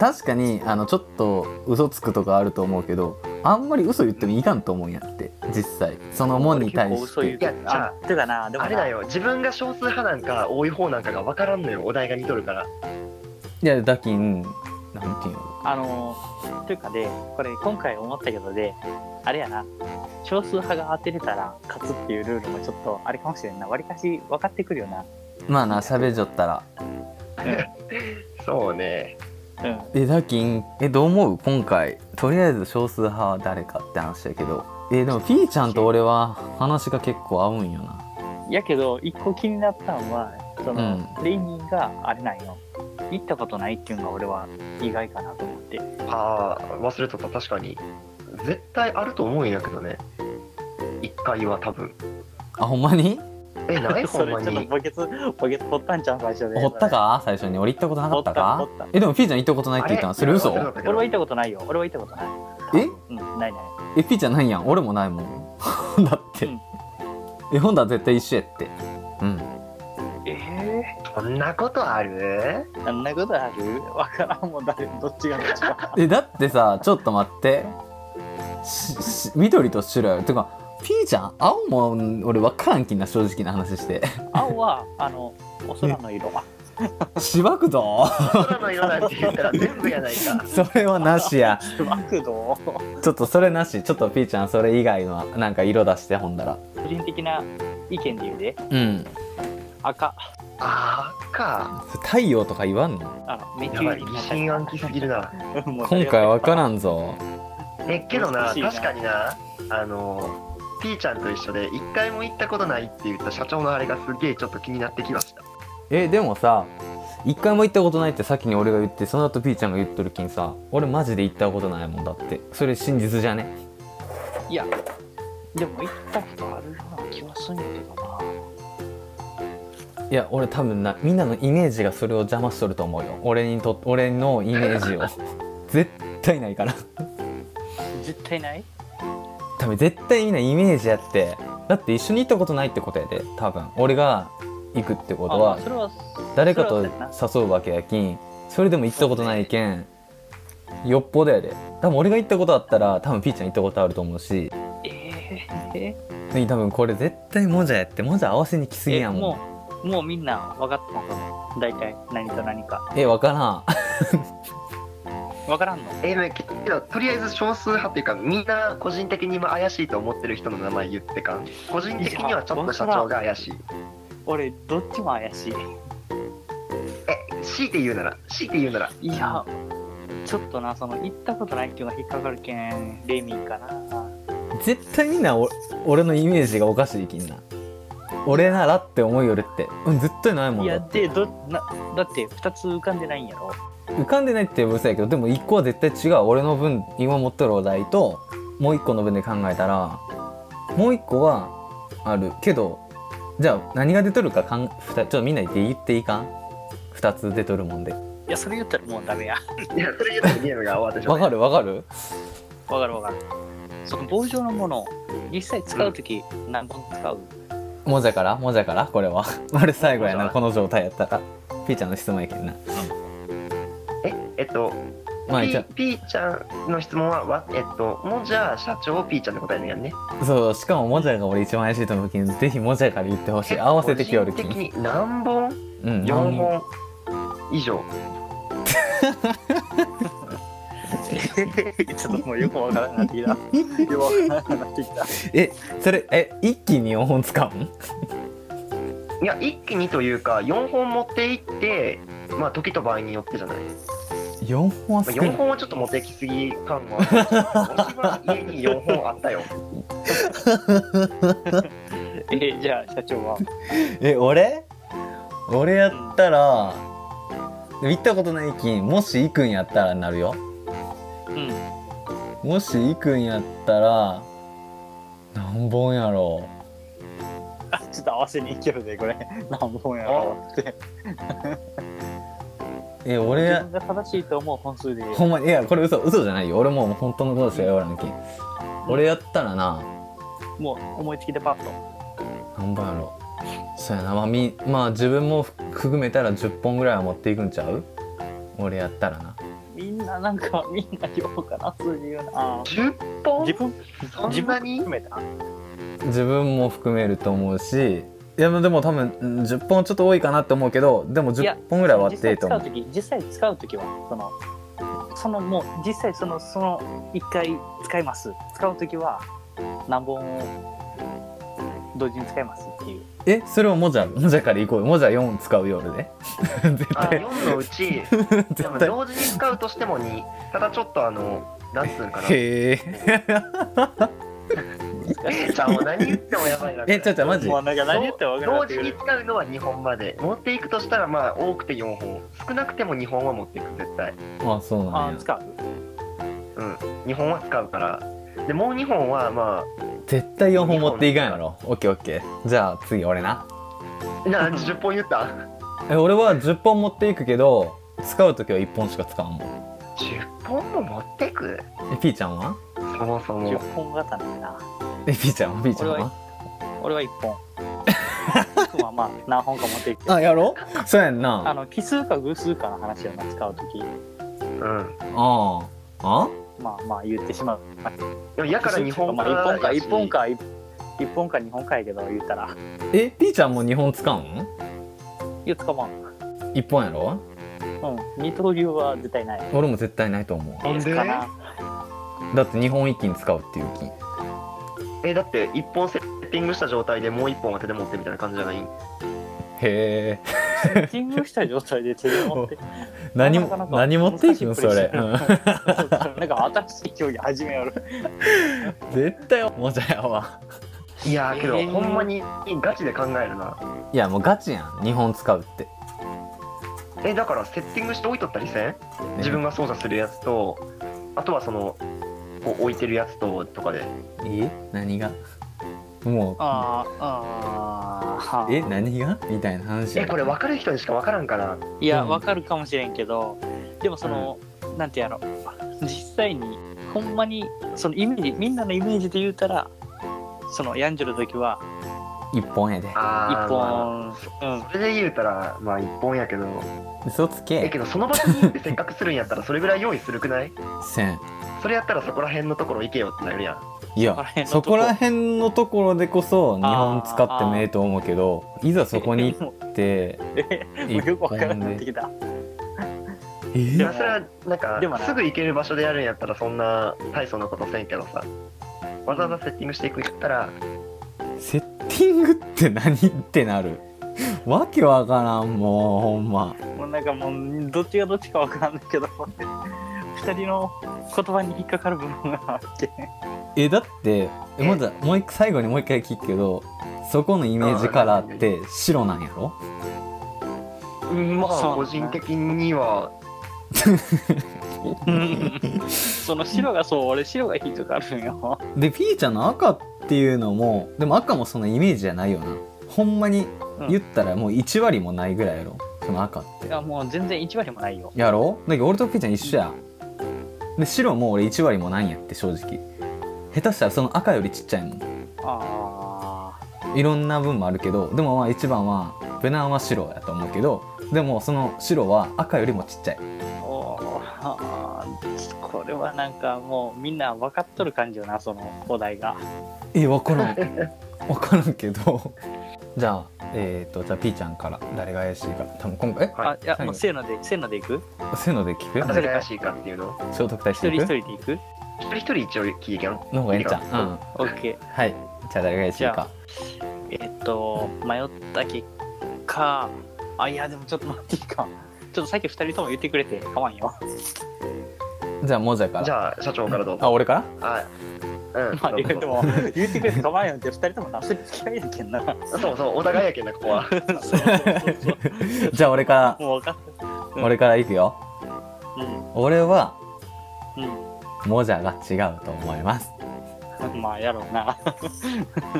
[SPEAKER 2] 確かにあのちょっと嘘つくとかあると思うけどあんまり嘘言ってもいかんと思うんやって実際そのもんに対
[SPEAKER 3] 俺結
[SPEAKER 2] し
[SPEAKER 3] 構嘘言
[SPEAKER 2] て
[SPEAKER 3] うけど
[SPEAKER 4] いやじゃ
[SPEAKER 3] あてかなでも
[SPEAKER 4] あ
[SPEAKER 3] な
[SPEAKER 4] れだよ自分が少数派なんか多い方なんかがわからんのよお題が似とるから
[SPEAKER 2] いやだきんなんていうの
[SPEAKER 3] あのーというかでこれ今回思ったけどであれやな少数派が当てれたら勝つっていうルールもちょっとあれかもしれんなわりかし分かってくるよな
[SPEAKER 2] まあな喋っちゃったら
[SPEAKER 4] そうね
[SPEAKER 3] うん
[SPEAKER 2] えだきんえどう思う今回とりあえず少数派は誰かって話やけどえでもピーちゃんと俺は話が結構合うんよな
[SPEAKER 3] やけど一個気になったんはその、
[SPEAKER 2] う
[SPEAKER 3] レイニーがあれなんよ行ったことないっていうのが俺は意外かなと思って
[SPEAKER 4] ああ忘れとった確かに絶対あると思うんやけどね一回は多分
[SPEAKER 2] あほんまに
[SPEAKER 4] え ないほ
[SPEAKER 3] そ
[SPEAKER 4] ん
[SPEAKER 3] れ
[SPEAKER 4] ま
[SPEAKER 3] ちょっと
[SPEAKER 4] に
[SPEAKER 3] ボケツボケツ掘ったんちゃう最初で
[SPEAKER 2] 掘ったか最初に俺行ったことなかったか
[SPEAKER 3] 掘った掘っ
[SPEAKER 2] えでもピーちゃん行ったことないって言ったのそれ嘘
[SPEAKER 4] あれ
[SPEAKER 3] 俺は行ったことないよ俺は行ったことない
[SPEAKER 2] え
[SPEAKER 3] うんないない
[SPEAKER 2] えピーちゃんないやん俺もないもん だって、
[SPEAKER 3] うん
[SPEAKER 2] えほんだら絶対一緒やってうん
[SPEAKER 3] ええ
[SPEAKER 4] そんなことある
[SPEAKER 3] あんなことある わからんもん誰どっちがどっちか
[SPEAKER 2] えだってさちょっと待ってしし緑と白やろてかピーちゃん青も俺分からんきんな正直な話して
[SPEAKER 3] 青はあのお空の 色あ
[SPEAKER 2] しばくぞ
[SPEAKER 4] 空の色なんて言ったら全部やな いか
[SPEAKER 2] それはなしや
[SPEAKER 3] 角度
[SPEAKER 2] ちょっとそれなしちょっとピーちゃんそれ以外のなんか色出してほんだら
[SPEAKER 3] 個人的な意見で言うで
[SPEAKER 2] うん
[SPEAKER 3] 赤
[SPEAKER 4] あーか
[SPEAKER 2] 太陽とか言わんの
[SPEAKER 3] あのメ
[SPEAKER 4] やばい疑心暗鬼すぎるな
[SPEAKER 2] 今回分から
[SPEAKER 3] ん
[SPEAKER 2] んぞ
[SPEAKER 4] えけど
[SPEAKER 3] 難
[SPEAKER 4] な
[SPEAKER 3] しいな
[SPEAKER 4] 確かになあのピーちゃんと一緒で一回も行ったことないって言った社長のあれがすげえちょっと気になってきました
[SPEAKER 2] えでもさ一回も行ったことないって先に俺が言ってその後ピーちゃんが言っとるきんさ俺マジで行ったことないもんだってそれ真実じゃね
[SPEAKER 3] いやでも行ったことあるような気はすんやけどない
[SPEAKER 2] や俺多分なみんなのイメージがそれを邪魔しとると思うよ俺にと俺のイメージを 絶対ないから
[SPEAKER 3] 絶対ない
[SPEAKER 2] 多分絶対みんなイメージやってだって一緒に行ったことないってことやで多分俺が行くってこと
[SPEAKER 3] あ
[SPEAKER 2] は
[SPEAKER 3] それは
[SPEAKER 2] 誰か
[SPEAKER 3] そ
[SPEAKER 2] と
[SPEAKER 3] れはそう
[SPEAKER 2] 誘うわけやきんそれでも行ったことないけんよっぽどやで多分俺が行ったことあったら多分ピーちゃん行ったことあると思うし
[SPEAKER 3] えー、え
[SPEAKER 2] 次多分これ絶対もじゃやってもじゃ合わせに来すぎ
[SPEAKER 3] え
[SPEAKER 2] やもん
[SPEAKER 3] もうもうみんな分かったのかな大体何と何か
[SPEAKER 2] え分からん
[SPEAKER 3] 分からんの
[SPEAKER 4] えーねけけどとりあえず少数派っていうかみんな個人的に今怪しいと思ってる人の名前言ってか個人的にはちょっと社長が怪しい
[SPEAKER 3] 俺どっちも怪しい
[SPEAKER 4] え強いて言うなら強いて言うなら
[SPEAKER 3] いやちょっとなその行ったことないっていうのが引っかかるけんレミかな
[SPEAKER 2] 絶対みんなお俺のイメージがおかしいきんな俺ならって思いよるってうん絶対ないも
[SPEAKER 3] い
[SPEAKER 2] んだ
[SPEAKER 3] や
[SPEAKER 2] って
[SPEAKER 3] でどなだって2つ浮かんでないんやろ
[SPEAKER 2] 浮かんでないっていう嘘やけどでも一個は絶対違う俺の分今持ってるお題ともう一個の分で考えたらもう一個はあるけどじゃあ何が出とるかかんふたちょっとみんなで言っていいかん2つ出とるもんで
[SPEAKER 3] いやそれ言ったらもうダメや
[SPEAKER 4] いやそれじゃないゲームが終わってしま
[SPEAKER 2] わ
[SPEAKER 4] う
[SPEAKER 2] かるわかる
[SPEAKER 3] わかるわかるその棒状のものを実際使う時何本使う
[SPEAKER 2] もじゃからもじゃからこれは あれ最後や
[SPEAKER 4] も
[SPEAKER 2] な
[SPEAKER 4] じゃから
[SPEAKER 2] この状態やったらピーちゃんの質問やけんな
[SPEAKER 4] ええっと
[SPEAKER 2] まあ一
[SPEAKER 4] P,
[SPEAKER 2] 応
[SPEAKER 4] P ちゃんの質問はわえっともうじゃあ社長 P ちゃんって答えなんやんね
[SPEAKER 2] そうしかももじゃが俺一番怪しいと思うけんぜひもじゃから言ってほしい合わせてきよる
[SPEAKER 4] 個
[SPEAKER 2] き
[SPEAKER 4] 人
[SPEAKER 2] ん
[SPEAKER 4] 的に何本
[SPEAKER 2] うん
[SPEAKER 4] 4本以上
[SPEAKER 3] ちょっともう よくわからなくなってきた。よくわからなくなってきた。
[SPEAKER 2] えそれえ一気に4本使うん
[SPEAKER 4] いや一気にというか4本持っていってまあ時と場合によってじゃない
[SPEAKER 2] 4本は
[SPEAKER 4] まあ
[SPEAKER 2] 少ない
[SPEAKER 4] 4本はちょっと持ってきすぎ感も ある私は家に4本あったよ
[SPEAKER 3] え、じゃあ社長は。
[SPEAKER 2] え俺俺やったら行ったことないきんもし行くんやったらなるよ
[SPEAKER 3] うん。
[SPEAKER 2] もし行くんやったら何本やろ
[SPEAKER 3] あ、ちょっと合わせにいけるで、これ。 何本やろうって。
[SPEAKER 2] うえ俺
[SPEAKER 3] 自
[SPEAKER 2] や
[SPEAKER 3] 分が正しいと思う本数で言う。
[SPEAKER 2] ほんまにいやこれ嘘嘘じゃないよ俺もう本当のことしか言わらんきん俺やったらな
[SPEAKER 3] もう思いつきでパッと。
[SPEAKER 2] 何本やろうそうやなまあみまあ自分も含めたら10本ぐらいは持っていくんちゃう俺やったらな
[SPEAKER 3] みんななんか、みんな言おうかな、数字言うな。あ
[SPEAKER 4] 10本
[SPEAKER 3] 自分、
[SPEAKER 4] そ
[SPEAKER 3] 自
[SPEAKER 4] んな
[SPEAKER 3] 分
[SPEAKER 4] に
[SPEAKER 3] 含めた。
[SPEAKER 2] 自分も含めると思うしいやでも多分うん10本ちょっと多いかなって思うけどでも
[SPEAKER 3] いや
[SPEAKER 2] 10本ぐらい割
[SPEAKER 3] 実
[SPEAKER 2] っていい
[SPEAKER 3] 際
[SPEAKER 2] と
[SPEAKER 3] 使
[SPEAKER 2] 思
[SPEAKER 3] う時実際使う時は、その、そのもう、実際その、その、一回使います。使う時は、何本を同時に使いますっていう。
[SPEAKER 2] うえそれをもじゃもじゃから行こうよもじゃ4使う夜 で絶
[SPEAKER 4] あ
[SPEAKER 2] 対
[SPEAKER 4] 4のうちで
[SPEAKER 2] 絶
[SPEAKER 4] も
[SPEAKER 2] 対
[SPEAKER 4] 同時に使うとしても2ただちょっとあの何つうんかな
[SPEAKER 2] へえ
[SPEAKER 4] じゃあもう何言ってもやばいな
[SPEAKER 2] えちょっとマジ
[SPEAKER 3] もうなんか何言っても分からな
[SPEAKER 4] 同
[SPEAKER 3] くて
[SPEAKER 4] 時
[SPEAKER 3] く
[SPEAKER 4] に
[SPEAKER 3] る。
[SPEAKER 4] 使うのは2本まで持っていくとしたらまあ多くて4本少なくても2本は持っていく絶対
[SPEAKER 2] あそうな
[SPEAKER 3] あ
[SPEAKER 2] んや
[SPEAKER 3] 使う
[SPEAKER 4] 2本は使うからでもう2本はま
[SPEAKER 2] 絶対4本持っていかんやろオッケーオッケーじゃあ次俺な
[SPEAKER 4] あな10本言った
[SPEAKER 2] え俺は10本持っていくけど使う時は1本しか使わんもん
[SPEAKER 4] 10本も持ってく
[SPEAKER 2] えピーちゃんは
[SPEAKER 4] そもそも
[SPEAKER 3] 10本型なんだな
[SPEAKER 2] えピーちゃんはピーちゃん
[SPEAKER 3] 俺
[SPEAKER 2] は
[SPEAKER 3] は俺は1本 僕はまあ何本か持っていって
[SPEAKER 2] あやろそうやん
[SPEAKER 3] あ
[SPEAKER 2] な
[SPEAKER 3] の奇数か偶数かの話を使う時
[SPEAKER 4] うん
[SPEAKER 2] あああ
[SPEAKER 3] まあまあ言ってしまう
[SPEAKER 4] でもやから2本
[SPEAKER 3] まあ
[SPEAKER 4] から
[SPEAKER 3] 1本か
[SPEAKER 4] やし
[SPEAKER 3] 1本か1本か2本かやけど言ったら
[SPEAKER 2] えピーちゃんも2本使うん
[SPEAKER 3] いや使わん
[SPEAKER 2] ?1 本やろ
[SPEAKER 3] うん二刀流は絶対ない
[SPEAKER 2] 俺も絶対ないと思
[SPEAKER 4] なんで
[SPEAKER 3] かな
[SPEAKER 2] うだって2本一気に使うっていう気
[SPEAKER 4] えだって1本セッティングした状態でもう1本は手で持ってみたいな感じじゃない
[SPEAKER 2] へえ
[SPEAKER 3] セッティングした状態で手で持って
[SPEAKER 2] 何も
[SPEAKER 3] なかなか
[SPEAKER 2] 何持っていくの
[SPEAKER 3] 難し
[SPEAKER 2] そ
[SPEAKER 3] いプレ
[SPEAKER 2] れ
[SPEAKER 3] イ、なんか新しい競技始めよる
[SPEAKER 2] うん絶対おもちゃやわ
[SPEAKER 4] いやーけど、
[SPEAKER 3] えー
[SPEAKER 4] ほんまにガチで考えるない
[SPEAKER 2] やもうガチやん2本使うって、
[SPEAKER 4] えだからセッティングして置いとったりせん
[SPEAKER 2] ね
[SPEAKER 4] 自分が操作するやつとあとはそのこう置いてるやつととかで
[SPEAKER 2] え何がも
[SPEAKER 3] あーあ
[SPEAKER 2] うえ何がみたいな話や
[SPEAKER 4] えこれ分かる人にしか分からんかない
[SPEAKER 3] や、
[SPEAKER 2] うん
[SPEAKER 3] わかるかもしれんけどでもその、なんてやろ実際にほんまにそのイメージみんなのイメージで言うたらそのヤンジョルの時は
[SPEAKER 2] 一本やで
[SPEAKER 3] 一
[SPEAKER 4] あーま
[SPEAKER 3] 本、うん
[SPEAKER 4] あ、それで言うたらまあ一本やけど
[SPEAKER 2] 嘘つ
[SPEAKER 4] え
[SPEAKER 2] け
[SPEAKER 4] けどその場所に行ってせっかくするんやったらそれぐらい用意するくない
[SPEAKER 2] せん
[SPEAKER 4] それやったらそこら辺のところ行けよってなるやん
[SPEAKER 2] い
[SPEAKER 3] そこら
[SPEAKER 2] や
[SPEAKER 3] 辺のと
[SPEAKER 2] そ
[SPEAKER 3] こ
[SPEAKER 2] こら辺のところでこそ日本使ってもええと思うけどいざそこに行
[SPEAKER 3] も
[SPEAKER 2] って
[SPEAKER 3] うえもう
[SPEAKER 2] 一
[SPEAKER 3] よくわからんなっ
[SPEAKER 2] 本
[SPEAKER 3] て
[SPEAKER 2] で
[SPEAKER 3] きた
[SPEAKER 4] い
[SPEAKER 2] え
[SPEAKER 4] やそれはなんか
[SPEAKER 3] でもな
[SPEAKER 4] すぐ行ける場所でやるんやったらそんな大層なことせんけどさわざわざセッティングしていくんやったら
[SPEAKER 2] セッティングって何ってなる わけわからんもうほんま
[SPEAKER 3] もうなんかもうどっちがどっちかわからんだけど二人の言葉に引っかかる部分があって
[SPEAKER 2] えだってえまだもう一回最後にもう一回聞くけどそこのイメージカラーって白なんやろ
[SPEAKER 4] うんま
[SPEAKER 3] そう
[SPEAKER 4] あ個人的には
[SPEAKER 3] その白がそう俺白が引っかかるんよ
[SPEAKER 2] でピーちゃんの赤っていうのもでも赤もそのイメージじゃないよなほんまに言ったらもう1割もないぐらいやろその赤って
[SPEAKER 3] いやもう全然1割もないよ
[SPEAKER 2] やろだけど俺とピーちゃん一緒やで白も俺1割もないんやって正直下手したらその赤よりちっちゃいもん
[SPEAKER 3] あ
[SPEAKER 2] いろんな分もあるけどでもまあ一番は無難は白やと思うけどでもその白は赤よりもちっちゃい
[SPEAKER 3] ーおーあーこれはなんかもうみんな分かっとる感じよなそのお題が
[SPEAKER 2] え分からん 分からんけどじゃあえっ、とじゃあピーちゃんから誰が怪しいか多分今回
[SPEAKER 4] は
[SPEAKER 3] あいや
[SPEAKER 2] はい
[SPEAKER 3] もうせーのでせーのでいく
[SPEAKER 2] えせーので聞く
[SPEAKER 4] 誰が怪しいかっていうのを
[SPEAKER 2] 聖徳太子
[SPEAKER 3] 一人一
[SPEAKER 2] 行く
[SPEAKER 3] 人でいく
[SPEAKER 4] 一人一人一応聞いてんの
[SPEAKER 2] の方がええんちゃう、うん、
[SPEAKER 3] ?OK
[SPEAKER 2] はいじゃあ誰が怪しい
[SPEAKER 3] じゃ
[SPEAKER 2] か
[SPEAKER 3] えっと迷った結果あいやでもちょっと待っていいかちょっとさっき2人とも言ってくれてかわんよ
[SPEAKER 2] じゃあモジャから
[SPEAKER 4] じゃあ社長からどう
[SPEAKER 2] あ
[SPEAKER 4] ぞ
[SPEAKER 2] 俺から
[SPEAKER 4] あう ん
[SPEAKER 3] まあ言う
[SPEAKER 4] どう
[SPEAKER 3] て
[SPEAKER 4] ぞ
[SPEAKER 3] も言ってくれてかわんよって2人ともなすり嫌いやけんな
[SPEAKER 4] そうそうお互いやけんなここ は
[SPEAKER 3] そうそうそうそう
[SPEAKER 2] じゃあ俺から
[SPEAKER 3] もう分かっうん
[SPEAKER 2] 俺から行くよ
[SPEAKER 3] たうん
[SPEAKER 2] 俺は
[SPEAKER 3] う
[SPEAKER 2] モジャが違うと思います
[SPEAKER 3] んまあやろうな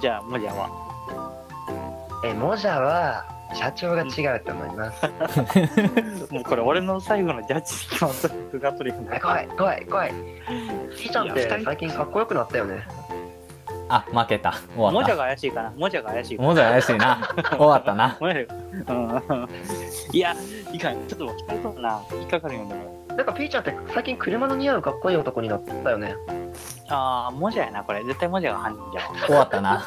[SPEAKER 3] じゃあもじゃは
[SPEAKER 4] えモジャは社長が違うと思います
[SPEAKER 3] もうこれ俺の最後のジャッジのトリックがトリック
[SPEAKER 4] え怖い怖い怖いピーちゃんっ
[SPEAKER 3] いや二
[SPEAKER 4] て
[SPEAKER 3] 人
[SPEAKER 4] 最近かっこよくなったよね
[SPEAKER 2] あ負けた終わ
[SPEAKER 3] も
[SPEAKER 2] っ
[SPEAKER 3] じゃ
[SPEAKER 2] た
[SPEAKER 3] が怪しいかなもじゃが怪しいかな
[SPEAKER 2] モジャ怪しいな終わったな
[SPEAKER 3] もじゃがうんいやいかんちょっと2人ともな引っかかるよでも
[SPEAKER 4] なんかピーちゃんって最近車の似合うかっこいい男になったよね
[SPEAKER 3] ああ、もじゃやな、これ。絶対もじゃが犯人じゃん。
[SPEAKER 2] 終わったな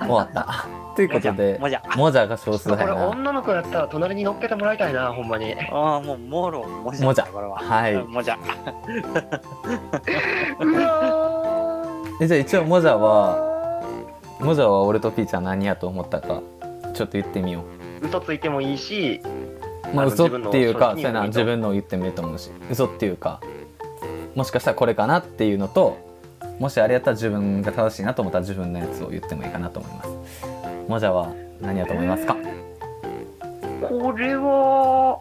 [SPEAKER 2] 終わったということで
[SPEAKER 3] もじゃ。もじ
[SPEAKER 2] モジャが少
[SPEAKER 4] ち
[SPEAKER 2] 数
[SPEAKER 4] ょっとこ
[SPEAKER 2] 派
[SPEAKER 4] れ
[SPEAKER 2] やな
[SPEAKER 4] 女の子やったら隣に乗っけてもらいたいなほんまに
[SPEAKER 3] ゃああ、もう、もろ、もじゃ。
[SPEAKER 2] もじゃ
[SPEAKER 3] これは。
[SPEAKER 2] はい
[SPEAKER 3] うんもじゃ。
[SPEAKER 4] うわー
[SPEAKER 2] えじゃあ一応モジャはモジャは俺とピーちゃん何やと思ったかちょっと言ってみよ
[SPEAKER 4] 嘘ついてもいいし
[SPEAKER 2] うまあ
[SPEAKER 4] あの
[SPEAKER 2] 嘘っていうかそう
[SPEAKER 4] 自
[SPEAKER 2] や
[SPEAKER 4] 分の
[SPEAKER 2] な
[SPEAKER 4] 正直に言うと
[SPEAKER 2] 自分のを言ってもいいと思うし嘘っていうかもしかしたらこれかなっていうのともしあれやったら自分が正しいなと思ったら自分のやつを言ってもいいかなと思いますモジャは何やと思い ますか、
[SPEAKER 4] これは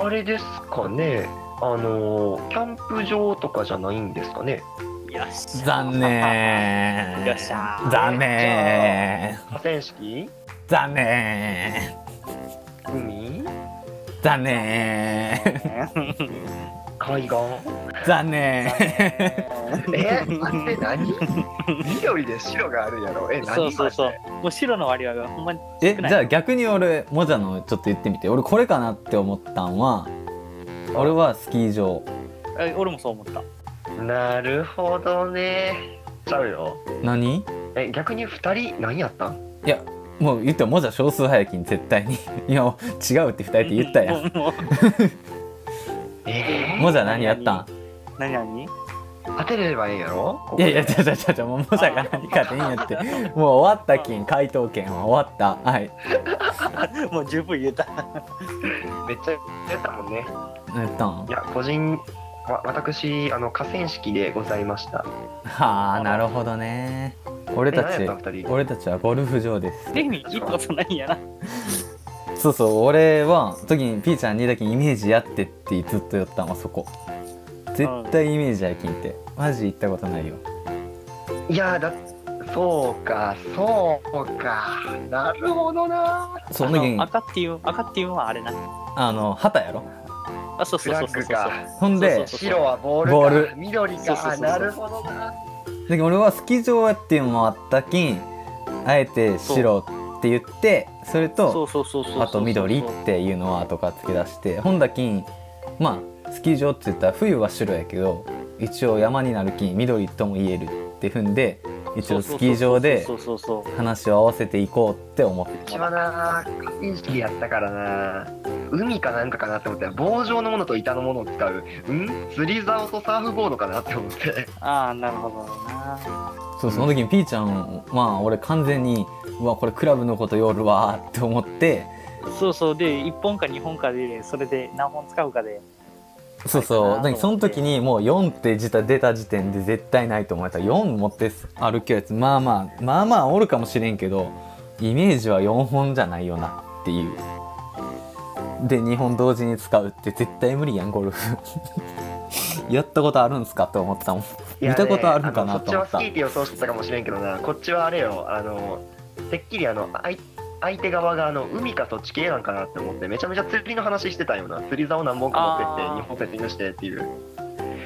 [SPEAKER 4] あれですかねあのキャンプ場とかじゃないんですかね
[SPEAKER 3] よっしゃ。
[SPEAKER 2] 残。念
[SPEAKER 3] よっしゃー
[SPEAKER 2] 残念
[SPEAKER 4] 河川敷
[SPEAKER 2] 残念
[SPEAKER 4] 海
[SPEAKER 2] 残念
[SPEAKER 4] 海岸
[SPEAKER 2] 残念
[SPEAKER 4] え待って何緑で白があるやろえ何
[SPEAKER 3] そうそうそう。もう白の割合がほんまに
[SPEAKER 2] え
[SPEAKER 3] 少
[SPEAKER 2] じ
[SPEAKER 3] ない。
[SPEAKER 2] ゃあ逆に俺モジャのちょっと言ってみて俺これかなって思ったんは俺はスキー場
[SPEAKER 3] え俺もそう思った。
[SPEAKER 4] なるほどねちゃうよ
[SPEAKER 2] 何
[SPEAKER 4] え逆に2人何やったん
[SPEAKER 2] いやもう言ってもモジャ少数派やきん絶対に いや違うって二人って言ったやん
[SPEAKER 3] ん。 もうもう
[SPEAKER 4] え
[SPEAKER 2] モジャ何やったん
[SPEAKER 3] 何何
[SPEAKER 4] ー、当てればいいやろここ
[SPEAKER 2] い
[SPEAKER 4] で
[SPEAKER 2] やいや、ちゃちゃちゃちゃ、もう、もじゃが何かっていいんやって。もう終わったきん、回答権は終わった。はい。
[SPEAKER 3] もう十分言えた。
[SPEAKER 4] めっちゃやったもんね
[SPEAKER 2] えっと、はい
[SPEAKER 4] や個人わ私あの河川敷でございました
[SPEAKER 2] あ、なるほどね。俺
[SPEAKER 4] え
[SPEAKER 2] た
[SPEAKER 4] 何
[SPEAKER 2] ち
[SPEAKER 4] やった、2人
[SPEAKER 2] 俺たちはゴルフ場です。
[SPEAKER 3] レミ、いいことないんやな。
[SPEAKER 2] そうそう、俺は、時にピーちゃんにだけイメージやってってずっと言ったんはそこ。絶対イメージやきんって。マジ行ったことないよ。
[SPEAKER 4] いやだそうかそうかなるほどな
[SPEAKER 2] そ
[SPEAKER 3] あ
[SPEAKER 2] の時
[SPEAKER 3] の
[SPEAKER 2] に、
[SPEAKER 3] 赤っていう、赤っていうのはあれな。
[SPEAKER 2] あの、旗やろ
[SPEAKER 3] あ、そうそうそうそう
[SPEAKER 4] フラッ
[SPEAKER 2] ほんで
[SPEAKER 3] そうそうそう
[SPEAKER 4] 白はボールか
[SPEAKER 2] ボール
[SPEAKER 4] 緑
[SPEAKER 3] そうそう
[SPEAKER 4] か
[SPEAKER 3] そう
[SPEAKER 4] あ
[SPEAKER 3] そう
[SPEAKER 4] なるほどな
[SPEAKER 2] だけど俺はスキー場やっていうのもあったきんあえて白って言ってそれと
[SPEAKER 3] そうそうそうそうそう
[SPEAKER 2] あと緑っていうのは後から付け出して本田金まあスキー場って言ったら冬は白やけど一応山になる金緑とも言えるって踏んで一応スキー場で
[SPEAKER 3] そうそうそうそう
[SPEAKER 2] 話を合わせていこうって思って
[SPEAKER 4] 一番な河川敷やったからな海かなんかかなって思ったら棒状のものと板のものを使うん釣り竿とサーフボードかなって思って
[SPEAKER 3] ああなるほどな
[SPEAKER 2] そうその時にピーちゃんまあ俺完全にうわこれクラブのこと夜わーって思って
[SPEAKER 3] そうそうで1本か2本かでそれで何本使うかで
[SPEAKER 2] そうそうだからその時にもう4って字出た時点で絶対ないと思えた4持って歩きやつまあまあまあまあおるかもしれんけどイメージは4本じゃないよなっていうで2本同時に使うって絶対無理やんゴルフ やったことあるんすかって思ってたもん
[SPEAKER 4] いやね
[SPEAKER 2] 見たことあるのかなと思
[SPEAKER 4] の
[SPEAKER 2] っ
[SPEAKER 4] そっち
[SPEAKER 2] た
[SPEAKER 4] はスキーって予想してたかもしれんけどなこっちはあれよあのてっきりあのあい相手側があの海かそっち系なんかなって思ってめちゃめちゃ釣りの話してたような釣り竿何本か持ってって
[SPEAKER 3] あー
[SPEAKER 4] 日本セッティングしてっていう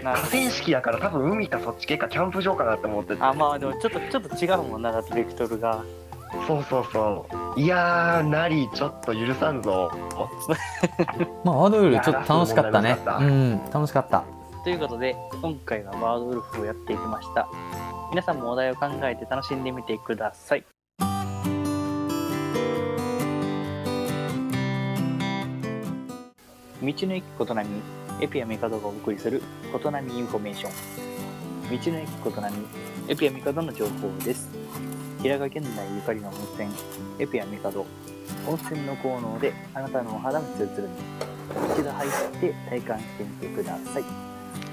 [SPEAKER 3] なる
[SPEAKER 4] 河
[SPEAKER 3] ほ
[SPEAKER 4] 川敷やから多分海かそっち系かキャンプ場かなって思ってて
[SPEAKER 3] どあまあでもちょっとちょっと違うもんなだってベクトルが
[SPEAKER 4] そうそうそういやーなりちょっと許さんぞ
[SPEAKER 2] まあワードよりちょっと楽しかった
[SPEAKER 4] いや
[SPEAKER 2] ね
[SPEAKER 4] 楽しかった
[SPEAKER 2] うん楽しかった
[SPEAKER 3] ということで今回はワードウルフをやっていきました皆さんもお題を考えて楽しんでみてください道の駅ことなみエピアミカドがお送りすることなみインフォメーション道の駅ことなみエピアミカドの情報です平賀源内ゆかりの温泉エピアミカド温泉の効能であなたのお肌もツルツルに一度入って体感してみてください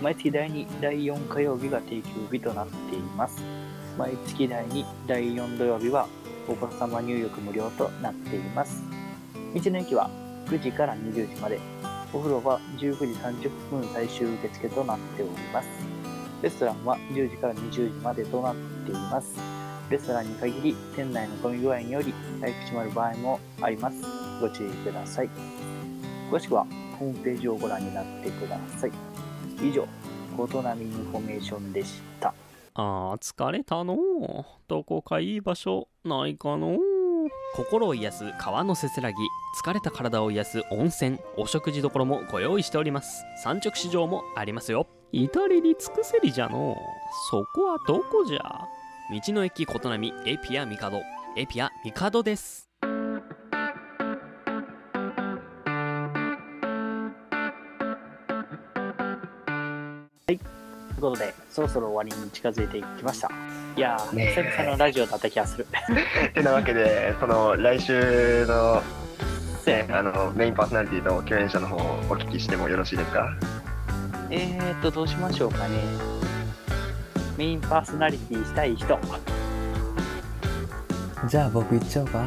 [SPEAKER 3] 毎月第2、第4火曜日が定休日となっています。毎月第2、第4土曜日はお子様入浴無料となっています。道の駅は9時から20時まで、お風呂は19時30分最終受付となっております。レストランは10時から20時までとなっています。レストランに限り、店内の混み具合により早く閉まる場合もあります。ご注意ください。詳しくはホームページをご覧になってください。以上、コトナミインフォメーションでした。
[SPEAKER 5] あー疲れたのうどこかいい場所ないかのう心を癒す川のせせらぎ疲れた体を癒す温泉お食事処もご用意しております産直市場もありますよ至れり尽くせりじゃのうそこはどこじゃ道の駅ことなみエピア帝エピア帝です
[SPEAKER 3] ということで、そろそろ終わりに近づいてきました。いやー、
[SPEAKER 4] ねえ
[SPEAKER 3] 久々のラジオだった気がする。
[SPEAKER 4] てなわ けでその来週の,、ね、あのメインパーソナリティと共演者の方をお聞きしてもよろしいですか
[SPEAKER 3] えーっと、どうしましょうかね。メインパーソナリティしたい人。
[SPEAKER 2] じゃあ僕行っちゃおうか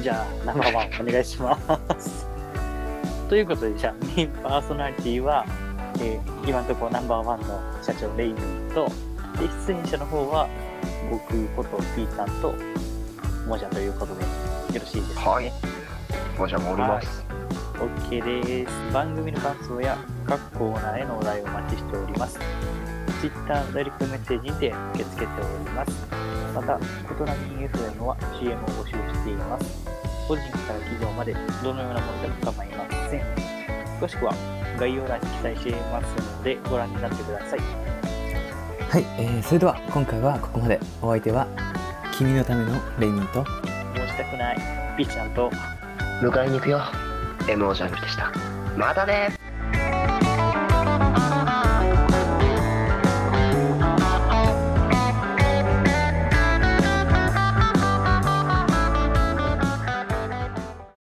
[SPEAKER 3] じゃあ、ナンバーワンお願いします。 ということで、じゃあ、メインパーソナリティは、えー今のところナンバーワンの社長、レイミンと、で、出演者の方は、僕ことピータンと、モジャということで、よろしいですかね。
[SPEAKER 4] はいもしもおります、
[SPEAKER 3] OK です。番組の感想や各コーナーへのお題をお待ちしております。Twitter のダイレクトメッセージにて受け付けております。また、ことなみ FM は CM を募集しています。個人から企業までどのようなものでも構いません。詳しくは概要欄に記載していますのでご覧になってください。
[SPEAKER 2] はい、えーそれでは今回はここまでお相手は君のためのレイミンと
[SPEAKER 3] もうしたくない。ピーちゃんと
[SPEAKER 4] 迎えに行くよ MO ジャンルでしたまたね